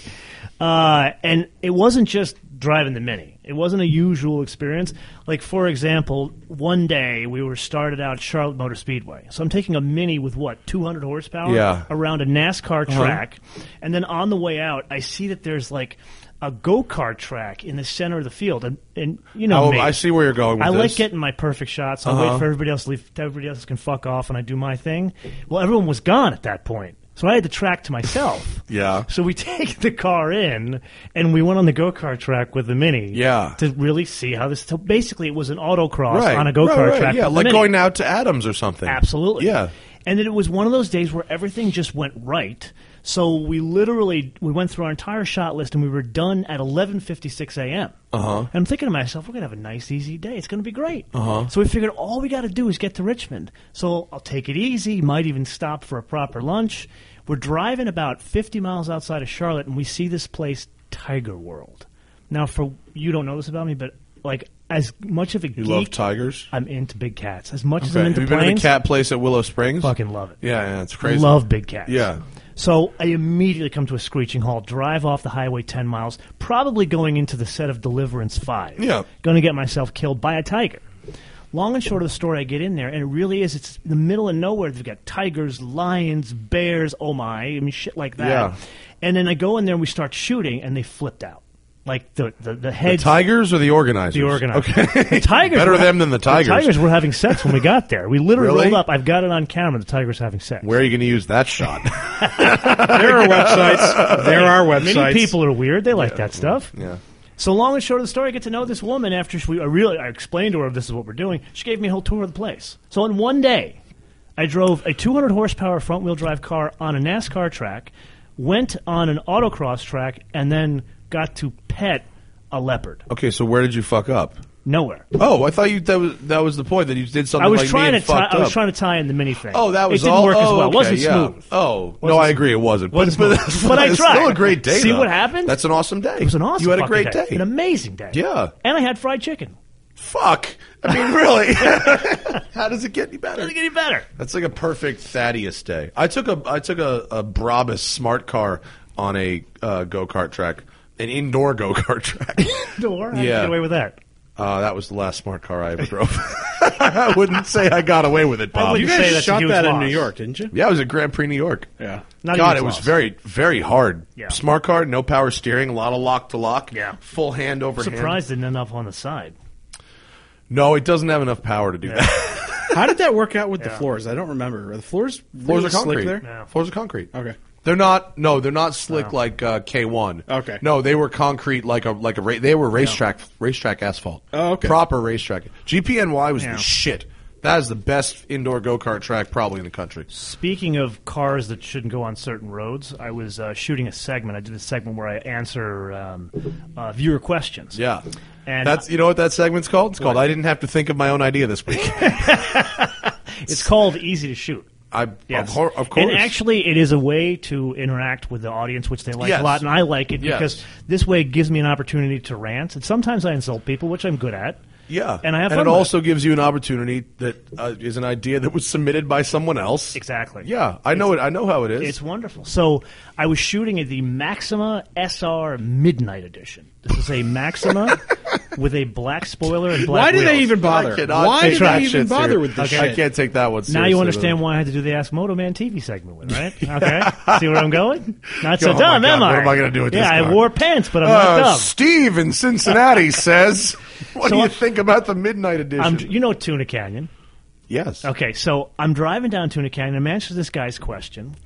Speaker 3: Uh, and it wasn't just driving the Mini. It wasn't a usual experience. Like, for example, one day we were started out at Charlotte Motor Speedway. So I'm taking a Mini with, what, 200 horsepower
Speaker 2: Yeah. Uh-huh.
Speaker 3: around a NASCAR track. And then on the way out, I see that there's, like, a go-kart track in the center of the field. And, and you know
Speaker 2: Oh,
Speaker 3: me.
Speaker 2: I see where you're going with
Speaker 3: I
Speaker 2: this. Uh-huh.
Speaker 3: like getting my perfect shots. I wait for everybody else to leave. Everybody else can fuck off, and I do my thing. Well, everyone was gone at that point, so I had the track to myself.
Speaker 2: Yeah.
Speaker 3: So we take the car in, and we went on the go kart track with the mini.
Speaker 2: Yeah.
Speaker 3: To really see how this. So basically, it was an autocross
Speaker 2: Right.
Speaker 3: on a go kart
Speaker 2: right, right,
Speaker 3: track.
Speaker 2: Yeah,
Speaker 3: with the
Speaker 2: like
Speaker 3: Mini.
Speaker 2: going out to Adams or something.
Speaker 3: Absolutely.
Speaker 2: Yeah.
Speaker 3: And then it was one of those days where everything just went right. So we literally we went through our entire shot list and we were done at 11:56 a.m. Uh-huh. And I'm thinking to myself, we're going to have a nice easy day. It's going to be great. Uh-huh. So we figured all we got to do is get to Richmond. So I'll take it easy, might even stop for a proper lunch. We're driving about 50 miles outside of Charlotte and we see this place Tiger World. Now for you don't know this about me, but like as much of a
Speaker 2: You
Speaker 3: geek
Speaker 2: love tigers.
Speaker 3: I'm into big cats. As much as I'm
Speaker 2: Okay. Have
Speaker 3: into
Speaker 2: you been to the
Speaker 3: planes,
Speaker 2: cat place at Willow Springs?
Speaker 3: fucking love it.
Speaker 2: Yeah, yeah, it's crazy.
Speaker 3: Love big cats.
Speaker 2: Yeah.
Speaker 3: So I immediately come to a screeching halt, drive off the highway 10 miles, probably going into the set of Deliverance 5.
Speaker 2: Yeah.
Speaker 3: Going to get myself killed by a tiger. Long and short of the story, I get in there, and it really is. It's in the middle of nowhere. They've got tigers, lions, bears, oh my, I mean, shit like that.
Speaker 2: Yeah.
Speaker 3: And then I go in there and we start shooting, and they flipped out. Like the, the, the
Speaker 2: The
Speaker 3: heads
Speaker 2: tigers or the organizers?
Speaker 3: the organizers.
Speaker 2: Okay.
Speaker 3: The Tigers
Speaker 2: Better
Speaker 3: were ha-
Speaker 2: them than the Tigers.
Speaker 3: Tigers were having sex when we got there. We literally
Speaker 2: Really?
Speaker 3: rolled up. I've got it on camera. The Tigers having sex.
Speaker 2: Where are you going to use that shot?
Speaker 1: there are websites. There are websites.
Speaker 3: Many people are weird. They like that stuff.
Speaker 2: yeah.
Speaker 3: So long and short of the story, I get to know this woman after she, I really I explained to her this is what we're doing. She gave me a whole tour of the place. So in one day, I drove a 200 horsepower front wheel drive car on a NASCAR track, went on an autocross track, and then got to pet a leopard.
Speaker 2: Okay, so where did you fuck up?
Speaker 3: Nowhere.
Speaker 2: Oh, I thought you that was that was the point that you did something
Speaker 3: I was
Speaker 2: like
Speaker 3: trying
Speaker 2: me
Speaker 3: to
Speaker 2: and
Speaker 3: tie,
Speaker 2: fucked
Speaker 3: I was
Speaker 2: up.
Speaker 3: trying to tie in the mini thing.
Speaker 2: Oh, that was
Speaker 3: it didn't
Speaker 2: all.
Speaker 3: work as
Speaker 2: oh,
Speaker 3: well.
Speaker 2: okay,
Speaker 3: it wasn't
Speaker 2: yeah.
Speaker 3: smooth.
Speaker 2: Oh no,
Speaker 3: Wasn't
Speaker 2: I agree. It wasn't.
Speaker 3: Wasn't
Speaker 2: but,
Speaker 3: smooth.
Speaker 2: that's
Speaker 3: But I
Speaker 2: fine. It's
Speaker 3: tried.
Speaker 2: Still a great day.
Speaker 3: See
Speaker 2: though.
Speaker 3: what happened?
Speaker 2: That's an awesome day.
Speaker 3: It was an awesome.
Speaker 2: You had a
Speaker 3: fucking
Speaker 2: great day.
Speaker 3: An amazing day.
Speaker 2: Yeah.
Speaker 3: And I had fried chicken.
Speaker 2: Fuck. I mean, really. How does it get any better?
Speaker 3: Doesn't get any better.
Speaker 2: That's like a perfect Thaddeus day. I took a I took a, a Brabus smart car on a uh, go kart track, an indoor go kart track.
Speaker 3: Door. I
Speaker 2: Yeah.
Speaker 3: get away with that.
Speaker 2: uh, that was the last smart car I ever drove. I wouldn't say I got away with it, Bob.
Speaker 3: wouldn't
Speaker 1: You
Speaker 3: say
Speaker 1: guys
Speaker 3: that's a
Speaker 1: shot
Speaker 3: huge
Speaker 1: that in
Speaker 3: loss.
Speaker 1: New York, didn't you?
Speaker 2: Yeah, I was at Grand Prix New York.
Speaker 1: Yeah.
Speaker 3: Not a
Speaker 2: God,
Speaker 3: huge
Speaker 2: it was
Speaker 3: loss.
Speaker 2: very, very hard.
Speaker 3: Yeah.
Speaker 2: Smart car, no power steering, a lot of lock to lock.
Speaker 3: Yeah.
Speaker 2: Full hand over hand.
Speaker 3: Surprised it enough on the side.
Speaker 2: No, it doesn't have enough power to do that.
Speaker 1: How did that work out with the
Speaker 3: Yeah.
Speaker 1: floors? I don't remember. Are the floors
Speaker 2: Floors
Speaker 1: really
Speaker 2: are concrete.
Speaker 1: slick there?
Speaker 3: Yeah.
Speaker 2: Floors are concrete.
Speaker 1: Okay.
Speaker 2: They're not. No, they're not slick like uh, K1.
Speaker 1: Okay.
Speaker 2: No, they were concrete like a like a. Ra- they were racetrack racetrack asphalt.
Speaker 1: Oh, okay.
Speaker 2: Proper racetrack. GPNY was
Speaker 3: Yeah.
Speaker 2: the shit. That is the best indoor go kart track probably in the country.
Speaker 3: Speaking of cars that shouldn't go on certain roads, I was uh, shooting a segment. I did a segment where I answer um, uh, viewer questions.
Speaker 2: Yeah.
Speaker 3: And
Speaker 2: That's you know what that segment's called? It's called I didn't have to think of my own idea this week.
Speaker 3: it's called Easy to Shoot.
Speaker 2: I
Speaker 3: Yes.
Speaker 2: of, cour- of course.
Speaker 3: And actually, it is a way to interact with the audience, which they like
Speaker 2: Yes.
Speaker 3: a lot, and I like it
Speaker 2: Yes.
Speaker 3: because this way it gives me an opportunity to rant. And sometimes I insult people, which I'm good at.
Speaker 2: yeah,
Speaker 3: and I have
Speaker 2: and
Speaker 3: fun
Speaker 2: it
Speaker 3: with
Speaker 2: also gives you an opportunity that uh, is an idea that was submitted by someone else.
Speaker 3: Exactly.
Speaker 2: Yeah, I know it. I know how it is.
Speaker 3: It's wonderful. So I was shooting at the Maxima SR Midnight Edition. This is a Maxima with a black spoiler and black.
Speaker 1: Why do they
Speaker 3: wheels.
Speaker 1: even bother?
Speaker 2: I cannot
Speaker 1: Why
Speaker 2: take
Speaker 1: do
Speaker 2: that
Speaker 1: they even
Speaker 2: shit
Speaker 1: bother
Speaker 2: serious.
Speaker 1: with this
Speaker 2: I
Speaker 1: shit?
Speaker 2: can't take that one.
Speaker 3: Now
Speaker 2: seriously,
Speaker 3: you understand
Speaker 2: though.
Speaker 3: why I had to do the Ask Moto Man TV segment with, right? Okay. See where I'm going? Not so
Speaker 2: Oh my
Speaker 3: dumb, am
Speaker 2: God,
Speaker 3: I?
Speaker 2: what am I gonna do with
Speaker 3: yeah,
Speaker 2: this
Speaker 3: I
Speaker 2: car?
Speaker 3: wore pants, but I'm not
Speaker 2: Uh,
Speaker 3: dumb.
Speaker 2: Steve in Cincinnati says, "What
Speaker 3: So
Speaker 2: do you
Speaker 3: I-
Speaker 2: think about the Midnight Edition?"
Speaker 3: I'm, you know Tuna Canyon.
Speaker 2: yes.
Speaker 3: Okay, so I'm driving down Tuna Canyon. I'm answering this guy's question,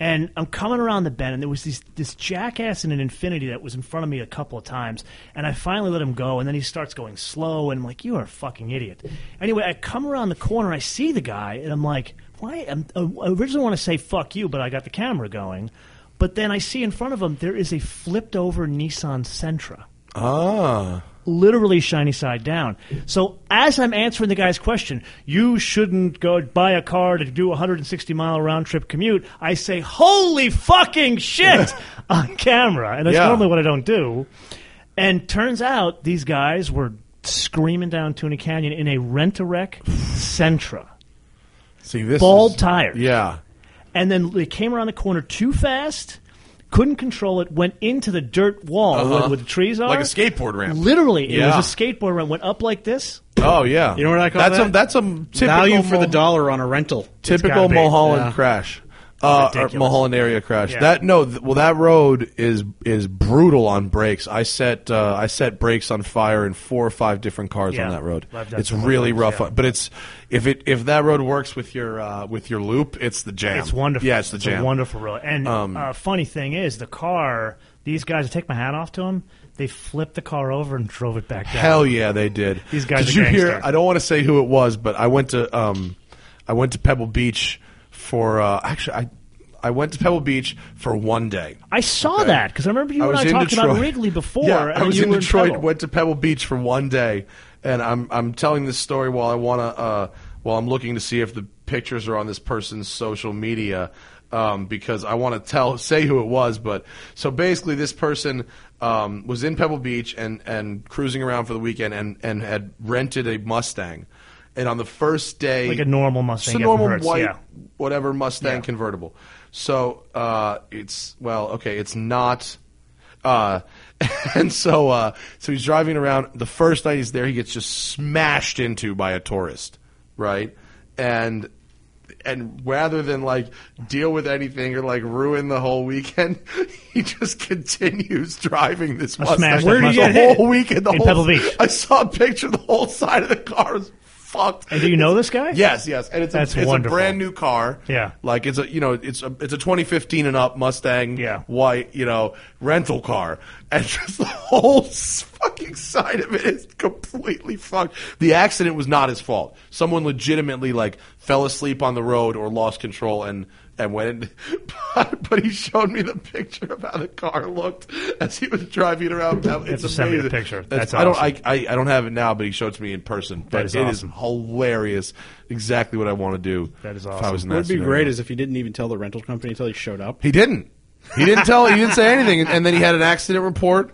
Speaker 3: and I'm coming around the bend, and there was this this jackass in an Infinity that was in front of me a couple of times, and I finally let him go, and then he starts going slow, and I'm like, "You are a fucking idiot." Anyway, I come around the corner, I see the guy, and I'm like, "Why?" I'm, I originally want to say "fuck you," but I got the camera going, but then I see in front of him there is a flipped over Nissan Sentra
Speaker 2: Ah.
Speaker 3: literally shiny side down. So as I'm answering the guy's question, you shouldn't go buy a car to do a 160 mile round trip commute. I say, "Holy fucking shit!" on camera, and that's
Speaker 2: Yeah.
Speaker 3: normally what I don't do. And turns out these guys were screaming down Tuna Canyon in a rent-a-wreck Sentra,
Speaker 2: See this
Speaker 3: bald
Speaker 2: is-
Speaker 3: tires
Speaker 2: Yeah.
Speaker 3: and then they came around the corner too fast, couldn't control it, went into the dirt wall where, where the trees are,
Speaker 2: Uh-huh. Like a skateboard ramp.
Speaker 3: Literally, it
Speaker 2: Yeah.
Speaker 3: was a skateboard ramp. Went up like this.
Speaker 2: Oh yeah.
Speaker 1: You know what I call
Speaker 2: that's
Speaker 1: that?
Speaker 2: A, that's a typical
Speaker 1: Value for the
Speaker 2: Mul-
Speaker 1: dollar on a rental.
Speaker 2: Typical
Speaker 3: be.
Speaker 2: Mulholland
Speaker 1: Yeah.
Speaker 2: crash. Uh, or
Speaker 3: Ridiculous.
Speaker 2: Mulholland area crash.
Speaker 3: Yeah.
Speaker 2: That no, th- well that road is is brutal on brakes. I set uh, I set brakes on fire in four or five different cars
Speaker 3: Yeah.
Speaker 2: on that road.
Speaker 3: I've done
Speaker 2: It's
Speaker 3: some
Speaker 2: really
Speaker 3: of those,
Speaker 2: rough,
Speaker 3: yeah.
Speaker 2: on- but it's if it if that road works with your uh, with your loop, it's the jam.
Speaker 3: It's wonderful.
Speaker 2: Yeah, it's the jam. Um,
Speaker 3: a wonderful road. And uh, funny thing is, the car. These guys, I take my hat off to them. They flipped the car over and drove it back down.
Speaker 2: Hell yeah, they did.
Speaker 3: These guys
Speaker 2: Did
Speaker 3: are
Speaker 2: you hear?
Speaker 3: gangster.
Speaker 2: I don't want to say who it was, but I went to um, I went to Pebble Beach for uh, actually I I went to Pebble Beach for one day.
Speaker 3: I saw that because I remember you
Speaker 2: I
Speaker 3: and
Speaker 2: was
Speaker 3: I
Speaker 2: in
Speaker 3: talked about
Speaker 2: Detroit.
Speaker 3: Wrigley before.
Speaker 2: Yeah,
Speaker 3: and
Speaker 2: I was
Speaker 3: you
Speaker 2: in
Speaker 3: were
Speaker 2: Detroit.
Speaker 3: Pebble.
Speaker 2: went to Pebble Beach for one day, and I'm I'm telling this story while I wanna uh, while I'm looking to see if the pictures are on this person's social media. Um, because I want to tell, say who it was, but so basically, this person um, was in Pebble Beach and, and cruising around for the weekend, and, and had rented a Mustang, and on the first day,
Speaker 3: Like a normal
Speaker 2: Just
Speaker 3: Mustang,
Speaker 2: a
Speaker 3: if it
Speaker 2: normal
Speaker 3: hurts,
Speaker 2: white,
Speaker 3: yeah.
Speaker 2: whatever Mustang convertible. So uh, it's well, okay, it's not. Uh, and so uh, so he's driving around. The first night he's there, he gets just smashed into by a tourist, right? And and rather than like deal with anything or like ruin the whole weekend, he just continues driving this Mustang.
Speaker 3: smashed up Where did he Mustang.
Speaker 2: the
Speaker 3: get hit?
Speaker 2: whole weekend? The
Speaker 3: In
Speaker 2: whole,
Speaker 3: Pebble Beach.
Speaker 2: I saw a picture. The whole side of the car was fucked.
Speaker 3: And do you know this guy?
Speaker 2: Yes, yes, and it's a,
Speaker 3: That's
Speaker 2: it's a
Speaker 3: wonderful.
Speaker 2: brand new car.
Speaker 3: Yeah.
Speaker 2: like it's a you know it's a it's a 2015 and up Mustang.
Speaker 3: Yeah.
Speaker 2: white you know rental car, and just the whole s- fucking side of it is completely fucked. The accident was not his fault. Someone legitimately like fell asleep on the road or lost control and. And went, in. But, but he showed me the picture of how the car looked as he was driving it around. It's
Speaker 3: to
Speaker 2: amazing.
Speaker 3: send me the picture. That's
Speaker 2: I don't.
Speaker 3: awesome.
Speaker 2: I, I, I don't have it now, but he showed it to me in person. But
Speaker 3: is
Speaker 2: it
Speaker 3: awesome.
Speaker 2: hilarious. Exactly what I want to do.
Speaker 3: That is
Speaker 2: If I
Speaker 3: awesome.
Speaker 2: was in that
Speaker 1: What would be
Speaker 2: scenario.
Speaker 1: great is if he didn't even tell the rental company until he showed up.
Speaker 2: he didn't. He didn't tell. He didn't say anything, and, and then he had an accident report,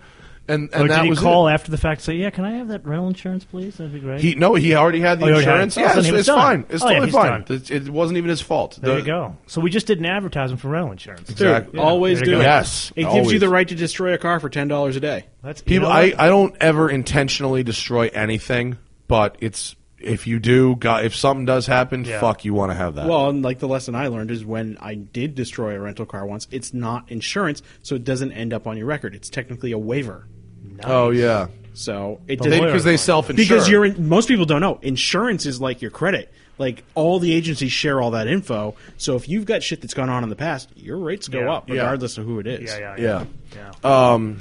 Speaker 2: and and
Speaker 3: Or
Speaker 2: that
Speaker 3: Oh, did he
Speaker 2: was
Speaker 3: call
Speaker 2: it.
Speaker 3: after the fact? and Say, yeah, can I have that rental insurance, please? That'd be great.
Speaker 2: He no, he already had the
Speaker 3: Oh, he already had it.
Speaker 2: insurance.
Speaker 3: Oh,
Speaker 2: yeah,
Speaker 3: so
Speaker 2: it's,
Speaker 3: he was
Speaker 2: it's
Speaker 3: done.
Speaker 2: fine. It's
Speaker 3: Oh, yeah,
Speaker 2: totally
Speaker 3: he's
Speaker 2: fine.
Speaker 3: done.
Speaker 2: It, it wasn't even his fault.
Speaker 3: there
Speaker 2: The-
Speaker 3: you go. So we just did an advertisement for rental insurance.
Speaker 1: Dude,
Speaker 2: Exactly.
Speaker 1: always
Speaker 3: There you
Speaker 1: do
Speaker 3: go.
Speaker 1: it.
Speaker 2: Yes,
Speaker 1: It gives
Speaker 2: always.
Speaker 1: you the right to destroy a car for ten dollars a day.
Speaker 3: That's you
Speaker 2: People,
Speaker 3: know
Speaker 2: I,
Speaker 3: what?
Speaker 2: I don't ever intentionally destroy anything, but it's if you do, God, if something does happen,
Speaker 3: Yeah.
Speaker 2: fuck, you want to have that.
Speaker 1: Well, and like the lesson I learned is when I did destroy a rental car once, it's not insurance, so it doesn't end up on your record. It's technically a waiver.
Speaker 2: oh yeah,
Speaker 1: So it
Speaker 3: They-
Speaker 1: doesn't
Speaker 2: because they self-insure.
Speaker 1: because you're in, most people don't know insurance is like your credit. Like all the agencies share all that info. So if you've got shit that's gone on in the past, your rates go
Speaker 3: Yeah.
Speaker 1: up
Speaker 2: Yeah.
Speaker 1: regardless of who it is.
Speaker 3: yeah, yeah,
Speaker 2: yeah.
Speaker 3: yeah.
Speaker 2: Um,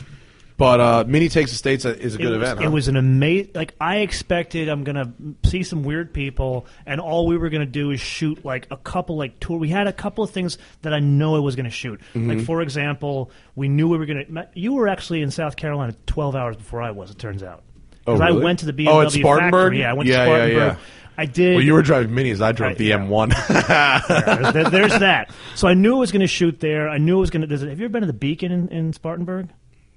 Speaker 2: but uh, Mini Takes the States is a good
Speaker 3: it was,
Speaker 2: event.
Speaker 3: It
Speaker 2: huh?
Speaker 3: was an amazing. Like I expected, I'm gonna see some weird people, and all we were gonna do is shoot like a couple like tour. We had a couple of things that I know I was gonna shoot.
Speaker 2: Mm-hmm.
Speaker 3: Like for example, we knew we were gonna. Matt, You were actually in South Carolina 12 hours before I was. It turns out.
Speaker 2: Oh,
Speaker 3: Because
Speaker 2: really?
Speaker 3: I went to the BMW
Speaker 2: Oh, at Spartanburg?
Speaker 3: factory. Yeah, I went
Speaker 2: Yeah, yeah,
Speaker 3: to Spartanburg.
Speaker 2: yeah.
Speaker 3: I I did.
Speaker 2: Well, you were driving minis. I drove
Speaker 3: Right,
Speaker 2: the
Speaker 3: yeah.
Speaker 2: M1.
Speaker 3: There's, there- there's that. So I knew it was going to shoot there. I knew it was going to. Have you ever been to the Beacon in, in Spartanburg?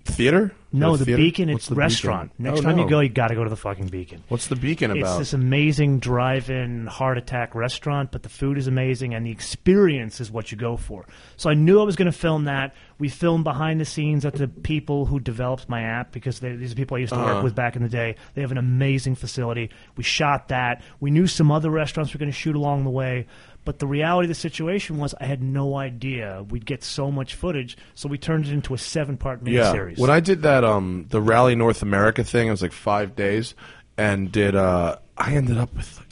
Speaker 2: theater?
Speaker 3: No,
Speaker 2: Or
Speaker 3: the
Speaker 2: theater?
Speaker 3: Beacon.
Speaker 2: What's
Speaker 3: It's
Speaker 2: the Beacon?
Speaker 3: restaurant. Next
Speaker 2: Oh,
Speaker 3: time
Speaker 2: no.
Speaker 3: you go, you got to go to the fucking Beacon.
Speaker 2: What's the Beacon
Speaker 3: It's
Speaker 2: about?
Speaker 3: this amazing drive-in heart attack restaurant, but the food is amazing and the experience is what you go for. So I knew I was going to film that. We filmed behind the scenes at the people who developed my app because they, these are people I used to
Speaker 2: Uh-huh.
Speaker 3: work with back in the day. They have an amazing facility. We shot that. We knew some other restaurants we were going to shoot along the way. But the reality of the situation was, I had no idea we'd get so much footage, so we turned it into a seven-part
Speaker 2: yeah.
Speaker 3: miniseries.
Speaker 2: When I did that, um, the Rally North America thing, it was like five days, and did uh, I ended up with like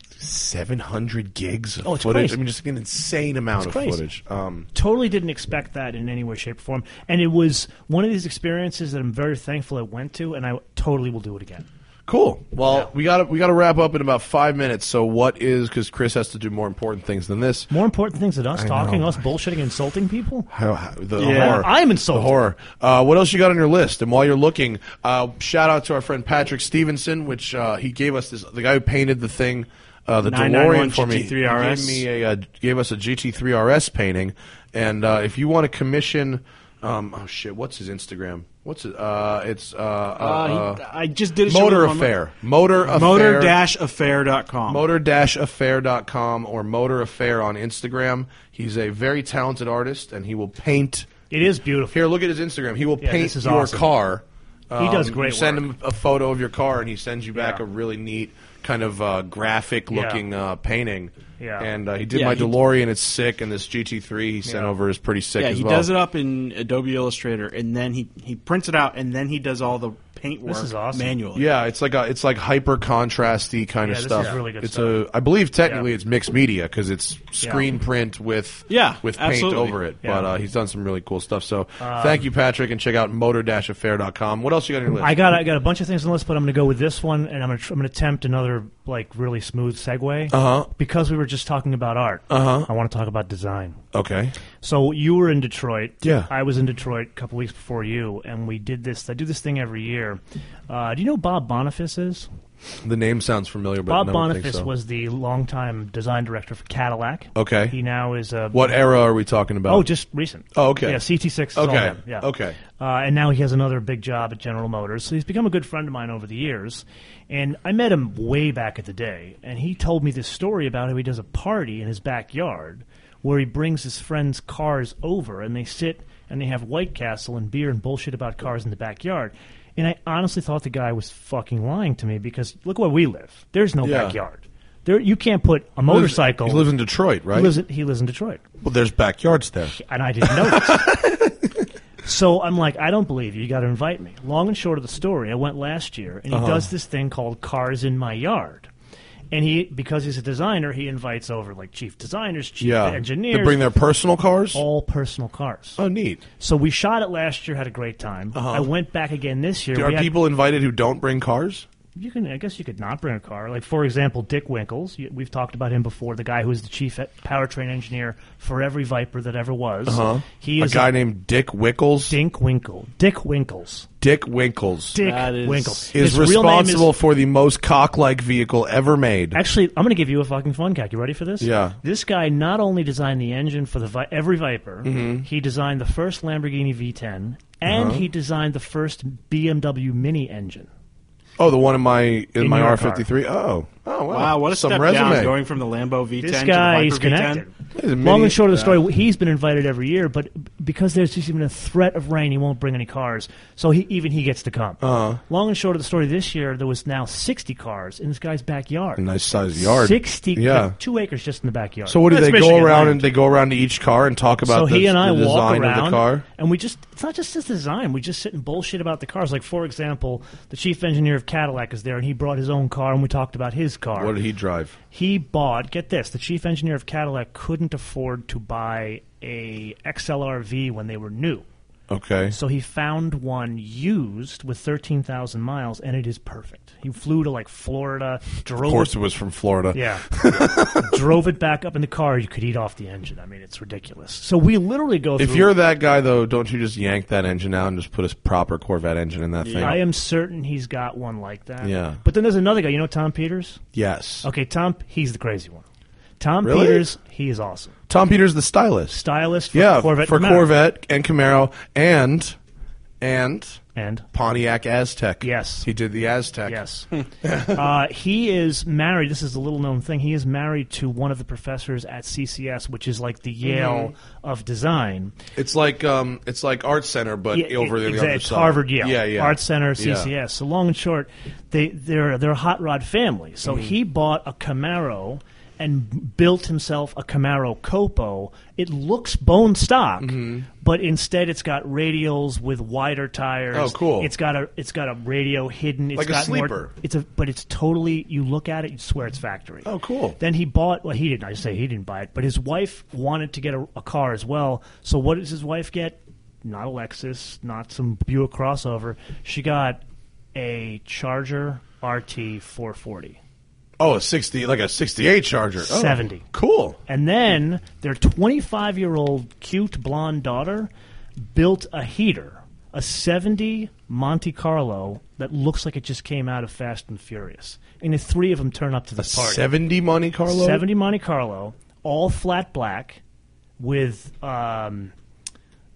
Speaker 2: 700 gigs of
Speaker 3: Oh, it's
Speaker 2: footage.
Speaker 3: crazy.
Speaker 2: I mean, just an insane amount of
Speaker 3: crazy.
Speaker 2: footage. Um,
Speaker 3: totally didn't expect that in any way, shape, or form. And it was one of these experiences that I'm very thankful I went to, and I totally will do it again.
Speaker 2: Cool. Well, we got to we got to wrap up in about five minutes. So what is because Chris has to do more important things than this.
Speaker 3: More important things than us
Speaker 2: I
Speaker 3: talking,
Speaker 2: know.
Speaker 3: us bullshitting, insulting people.
Speaker 2: How- how- The
Speaker 1: Yeah.
Speaker 2: horror.
Speaker 3: I'm insulted.
Speaker 2: The horror. Uh, what else you got on your list? And while you're looking, uh, shout out to our friend Patrick Stevenson, which uh, he gave us this. The guy who painted the thing, uh, the
Speaker 1: 991
Speaker 2: DeLorean for me.
Speaker 1: GT3
Speaker 2: He
Speaker 1: RS.
Speaker 2: Gave me a uh, gave us a GT3 RS painting. And uh, if you want to commission, um, oh shit, what's his Instagram? What's it? Uh, it's uh, uh,
Speaker 1: he-
Speaker 2: uh,
Speaker 1: I just did a show
Speaker 2: Motor
Speaker 1: with him on-
Speaker 2: Affair. Motor Affair.
Speaker 1: Motor-affair.com.
Speaker 2: motor-affair.com or motor affair on Instagram. He's a very talented artist and he will paint
Speaker 3: It is beautiful.
Speaker 2: Here, look at his Instagram. He will
Speaker 3: Yeah,
Speaker 2: paint
Speaker 3: this is
Speaker 2: your
Speaker 3: awesome.
Speaker 2: car. Um,
Speaker 3: does great
Speaker 2: You send
Speaker 3: work.
Speaker 2: him a photo of your car and he sends you back
Speaker 3: Yeah.
Speaker 2: a really neat kind of uh, graphic looking uh, painting.
Speaker 3: Yeah.
Speaker 2: And uh, he did
Speaker 1: Yeah,
Speaker 2: my
Speaker 1: he-
Speaker 2: DeLorean. It's sick and this GT3 he sent
Speaker 3: Yeah.
Speaker 2: over is pretty sick
Speaker 1: Yeah,
Speaker 2: as
Speaker 1: he
Speaker 2: well.
Speaker 1: does it up in Adobe Illustrator, and then he, he prints it out, and then he does all the paint work
Speaker 3: This is awesome.
Speaker 1: manually.
Speaker 2: Yeah, it's like a it's like hyper contrasty kind
Speaker 3: Yeah,
Speaker 2: of
Speaker 3: this
Speaker 2: stuff.
Speaker 3: is really good
Speaker 2: it's
Speaker 3: stuff.
Speaker 2: a I believe technically
Speaker 3: Yeah.
Speaker 2: it's mixed media because it's screen print with
Speaker 1: Yeah,
Speaker 2: with
Speaker 1: absolutely.
Speaker 2: paint over it. But
Speaker 3: Yeah. Um,
Speaker 2: uh, he's done some really cool stuff. So thank you, Patrick, and check out motor-affair.com. What else you got on your list?
Speaker 3: I got I got a bunch of things on the list, but I'm going to go with this one, and I'm going to I'm going to attempt another like really smooth segue.
Speaker 2: Uh-huh.
Speaker 3: Uh huh. Because we were just talking about art. Uh huh. I want to talk about design.
Speaker 2: okay,
Speaker 3: So you were in Detroit.
Speaker 2: Yeah.
Speaker 3: I was in Detroit a couple weeks before you, and we did this. I do this thing every year. Uh, do you know who Bob Boniface is?
Speaker 2: the name sounds familiar, but
Speaker 3: Bob
Speaker 2: no, I don't think
Speaker 3: Boniface
Speaker 2: so.
Speaker 3: was the longtime design director for Cadillac.
Speaker 2: Okay.
Speaker 3: He now is a
Speaker 2: What era are we talking about?
Speaker 3: Oh, just recent.
Speaker 2: Oh, okay.
Speaker 3: Yeah, CT6. Is all
Speaker 2: Okay.
Speaker 3: them, Yeah.
Speaker 2: Okay.
Speaker 3: Uh, and now he has another big job at General Motors. So he's become a good friend of mine over the years. And I met him way back at the day, and he told me this story about how he does a party in his backyard where he brings his friends' cars over, and they sit and they have White Castle and beer and bullshit about cars in the backyard. And I honestly thought the guy was fucking lying to me because look where we live. There's no
Speaker 2: Yeah.
Speaker 3: backyard. There, you can't put a motorcycle.
Speaker 2: He lives in Detroit, right?
Speaker 3: He lives in- he lives in Detroit
Speaker 2: well, there's backyards there.
Speaker 3: and I didn't know this. so I'm like, I don't believe you. You got to invite me. Long and short of the story, I went last year, and he
Speaker 2: Uh-huh.
Speaker 3: does this thing called Cars in My Yard. And he, because he's a designer, he invites over like chief designers, chief
Speaker 2: Yeah,
Speaker 3: engineers,
Speaker 2: They bring their personal cars.
Speaker 3: all personal cars.
Speaker 2: oh, neat.
Speaker 3: So we shot it last year, had a great time. I went back again this year.
Speaker 2: Uh-huh. Are
Speaker 3: We had-
Speaker 2: people invited who don't bring cars?
Speaker 3: you can, I guess, you could not bring a car. Like for example, Dick Winkles. you- We've talked about him before. The guy who is the chief e- powertrain engineer for every Viper that ever was. Uh-huh. He
Speaker 2: A
Speaker 3: is
Speaker 2: guy named Dick Wickles.
Speaker 3: Dink Winkle. Dick Winkles.
Speaker 2: Dick Winkles
Speaker 3: Dick
Speaker 1: That is-
Speaker 3: Winkles
Speaker 2: is
Speaker 3: His real name is-
Speaker 2: responsible for the most cock-like vehicle ever made.
Speaker 3: Actually, I'm going to give you a fucking fun fact. You ready for this?
Speaker 2: Yeah.
Speaker 3: This guy not only designed the engine for the Vi- every Viper,
Speaker 2: Mm-hmm.
Speaker 3: he designed the first Lamborghini V10, and
Speaker 2: Uh-huh.
Speaker 3: he designed the first BMW Mini engine.
Speaker 2: Oh, the one in my in, my
Speaker 3: your
Speaker 2: R53. Oh, oh wow,
Speaker 1: Wow, what a
Speaker 2: some
Speaker 1: step
Speaker 2: resume.
Speaker 1: down going from the Lambo V10
Speaker 3: This
Speaker 1: to the
Speaker 3: guy
Speaker 1: Viper
Speaker 3: is connected.
Speaker 1: V10.
Speaker 2: Is it
Speaker 3: Long
Speaker 2: Mini?
Speaker 3: and short of the story, he's been invited every year, but because there's just even a threat of rain, he won't bring any cars. So he, even he gets to come. Uh-huh. Long and short of the story, this year there was now 60 cars in this guy's backyard.
Speaker 2: nice sized yard.
Speaker 3: 60,
Speaker 2: Yeah.
Speaker 3: like, two acres just in the backyard.
Speaker 2: So what do
Speaker 3: That's
Speaker 2: they go
Speaker 3: Michigan
Speaker 2: around
Speaker 3: land.
Speaker 2: and they go around to each car and talk about
Speaker 3: so
Speaker 2: the,
Speaker 3: he and I
Speaker 2: the
Speaker 3: walk
Speaker 2: design
Speaker 3: around
Speaker 2: of the car?
Speaker 3: and we just it's not just his design we just sit and bullshit about the cars like for example the chief engineer of Cadillac is there and he brought his own car and we talked about his car
Speaker 2: What did he drive?
Speaker 3: he bought get this the chief engineer of Cadillac couldn't afford to buy a XLRV when they were new
Speaker 2: Okay.
Speaker 3: So he found one used with 13,000 miles, and it is perfect. He flew to like Florida, drove.
Speaker 2: Of course, it was from Florida.
Speaker 3: Yeah. drove it back up in the car. You could eat off the engine. I mean, it's ridiculous. So we literally go
Speaker 2: If
Speaker 3: through.
Speaker 2: you're that guy, though, don't you just yank that engine out and just put a proper Corvette engine in that thing?
Speaker 3: I am certain he's got one like that.
Speaker 2: Yeah.
Speaker 3: But then there's another guy. You know Tom Peters?
Speaker 2: yes.
Speaker 3: Okay, Tom, he's the crazy one. Tom
Speaker 2: Really?
Speaker 3: Peters, he is awesome.
Speaker 2: Tom Peters, the stylist.
Speaker 3: Stylist for
Speaker 2: Yeah,
Speaker 3: Corvette.
Speaker 2: for
Speaker 3: Camaro.
Speaker 2: Corvette and Camaro and and
Speaker 3: And
Speaker 2: Pontiac Aztec.
Speaker 3: Yes.
Speaker 2: he did the Aztec.
Speaker 3: Yes. uh, he is married. This is a little known thing. He is married to one of the professors at CCS, which is like the Yale of design.
Speaker 2: it's like um, it's like Art Center, but
Speaker 3: Yeah,
Speaker 2: over the
Speaker 3: exa-
Speaker 2: other
Speaker 3: it's
Speaker 2: side.
Speaker 3: Harvard, Yale,
Speaker 2: Yeah, yeah.
Speaker 3: Art Center,
Speaker 2: Yeah.
Speaker 3: CCS. So long and short, they they're they're a hot rod family. So
Speaker 2: Mm-hmm.
Speaker 3: he bought a Camaro and built himself a Camaro Copo. It looks bone stock,
Speaker 2: Mm-hmm.
Speaker 3: but instead it's got radials with wider tires.
Speaker 2: Oh, cool.
Speaker 3: It's got a it's got a radio hidden. It's
Speaker 2: Like a
Speaker 3: got more-
Speaker 2: sleeper.
Speaker 3: it's a but it's totally. You look at it, you swear it's factory.
Speaker 2: Oh, cool.
Speaker 3: Then he bought. Well, he didn't. I say he didn't buy it, but his wife wanted to get a, a car as well. So what does his wife get? Not a Lexus, not some Buick crossover. She got a Charger RT 440.
Speaker 2: Oh, a sixty, like a sixty-eight Charger. Oh,
Speaker 3: 70.
Speaker 2: Cool.
Speaker 3: And then their 25 year old cute blonde daughter built a heater, a 70 Monte Carlo that looks like it just came out of Fast and Furious. And the three of them turn up to the
Speaker 2: A
Speaker 3: party.
Speaker 2: seventy Monte Carlo.
Speaker 3: 70 Monte Carlo, all flat black with. Um,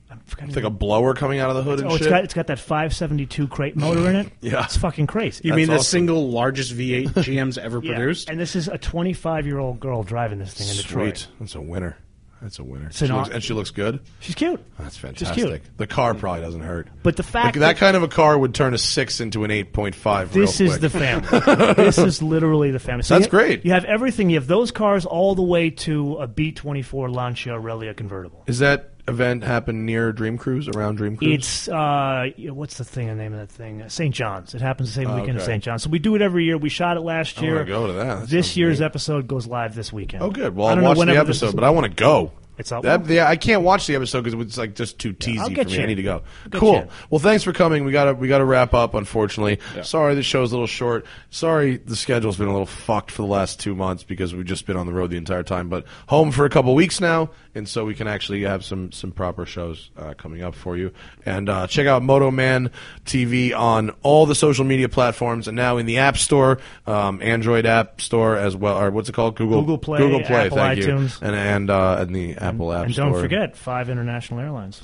Speaker 3: I'm forgetting.
Speaker 2: It's like a blower coming out of the hood and
Speaker 3: Oh, it's
Speaker 2: shit.
Speaker 3: got, it's got that 572 crate motor in it.
Speaker 2: Yeah.
Speaker 3: It's fucking crazy. Uh,
Speaker 1: You mean the
Speaker 2: awesome.
Speaker 1: single largest V8 GM's ever
Speaker 3: Yeah.
Speaker 1: produced?
Speaker 3: And this is a 25 year old girl driving this thing in Detroit.
Speaker 2: Sweet. That's a winner. That's a winner.
Speaker 3: an
Speaker 2: She looks,
Speaker 3: au-
Speaker 2: and she looks good.
Speaker 3: She's cute.
Speaker 2: That's
Speaker 3: She's
Speaker 2: fantastic.
Speaker 3: cute.
Speaker 2: The car probably doesn't hurt.
Speaker 3: But the fact
Speaker 2: Like,
Speaker 3: that-
Speaker 2: that kind of a car would turn a six into an eight point five.
Speaker 3: This
Speaker 2: real
Speaker 3: is
Speaker 2: quick.
Speaker 3: the family. this is literally the family. So
Speaker 2: That's
Speaker 3: you-
Speaker 2: great.
Speaker 3: You have everything. You have those cars all the way to a B24 Lancia Aurelia convertible.
Speaker 2: Is that event happen near Dream Cruise around Dream Cruise?
Speaker 3: It's uh, you know, what's the thing? The name of that thing? Uh, St. John's. It happens the same weekend as
Speaker 2: Oh, okay.
Speaker 3: St. John's. So we do it every year. We shot it last
Speaker 2: wanna
Speaker 3: year.
Speaker 2: go to that. That
Speaker 3: this
Speaker 2: sounds
Speaker 3: year's
Speaker 2: neat.
Speaker 3: episode goes live this weekend.
Speaker 2: oh, good. Well,
Speaker 3: I
Speaker 2: I'll
Speaker 3: don't know
Speaker 2: watch the
Speaker 3: whenever this
Speaker 2: episode,
Speaker 3: is-
Speaker 2: but I want to go.
Speaker 3: It's out
Speaker 2: That,
Speaker 3: now?
Speaker 2: yeah, I can't watch the episode because it's like just too teasy
Speaker 3: I'll
Speaker 2: for
Speaker 3: get
Speaker 2: me.
Speaker 3: you.
Speaker 2: I need to go.
Speaker 3: get
Speaker 2: cool.
Speaker 3: you.
Speaker 2: Well, thanks for coming. We gotta we gotta wrap up. Unfortunately, sorry the show's a little short. Sorry the schedule's been a little fucked for the last two months because we've just been on the road the entire time. But home for a couple weeks now, and so we can actually have some some proper shows uh, coming up for you. And uh, check out Moto Man TV on all the social media platforms, and now in the App Store, um, Android App Store as well, or what's it called? Google
Speaker 3: Google Play,
Speaker 2: Google Play.
Speaker 3: Apple
Speaker 2: thank
Speaker 3: iTunes.
Speaker 2: you. And and uh, and the Apple App
Speaker 3: And
Speaker 2: Store.
Speaker 3: don't forget, five international airlines.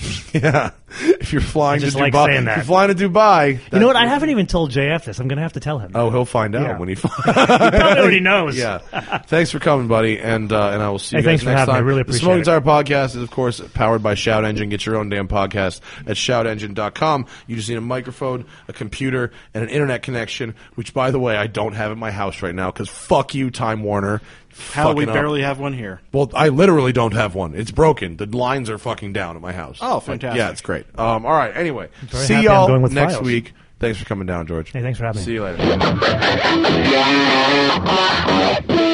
Speaker 2: Yeah. If you're flying
Speaker 3: I just
Speaker 2: to
Speaker 3: like
Speaker 2: Dubai,
Speaker 3: saying that.
Speaker 2: if you're flying to Dubai.
Speaker 3: You know what? I
Speaker 2: that's-
Speaker 3: haven't even told JF this. I'm going to have to tell him.
Speaker 2: Oh, he'll find out
Speaker 3: Yeah.
Speaker 2: when he flies.
Speaker 3: probably already knows.
Speaker 2: yeah. Thanks for coming, buddy, and uh, and I will see you
Speaker 3: Hey,
Speaker 2: guys
Speaker 3: thanks for
Speaker 2: next
Speaker 3: having me.
Speaker 2: time.
Speaker 3: I really
Speaker 2: the Smoke
Speaker 3: appreciate
Speaker 2: Guitar Podcast is of course powered by Shout Engine. Get your own damn podcast at shoutengine.com. You just need a microphone, a computer, and an internet connection, which by the way, I don't have at my house right now cuz fuck you Time Warner.
Speaker 1: How we
Speaker 2: Fucking up.
Speaker 1: barely have one here.
Speaker 2: Well, I literally don't have one. It's broken. The lines are fucking down at my house.
Speaker 1: Oh, fantastic.
Speaker 2: yeah, it's great. Um, all right. Anyway,
Speaker 3: very
Speaker 2: see
Speaker 3: happy I'm
Speaker 2: y'all
Speaker 3: going with
Speaker 2: next
Speaker 3: files.
Speaker 2: week. Thanks for coming down, George.
Speaker 3: Hey, thanks for having me.
Speaker 2: See you later.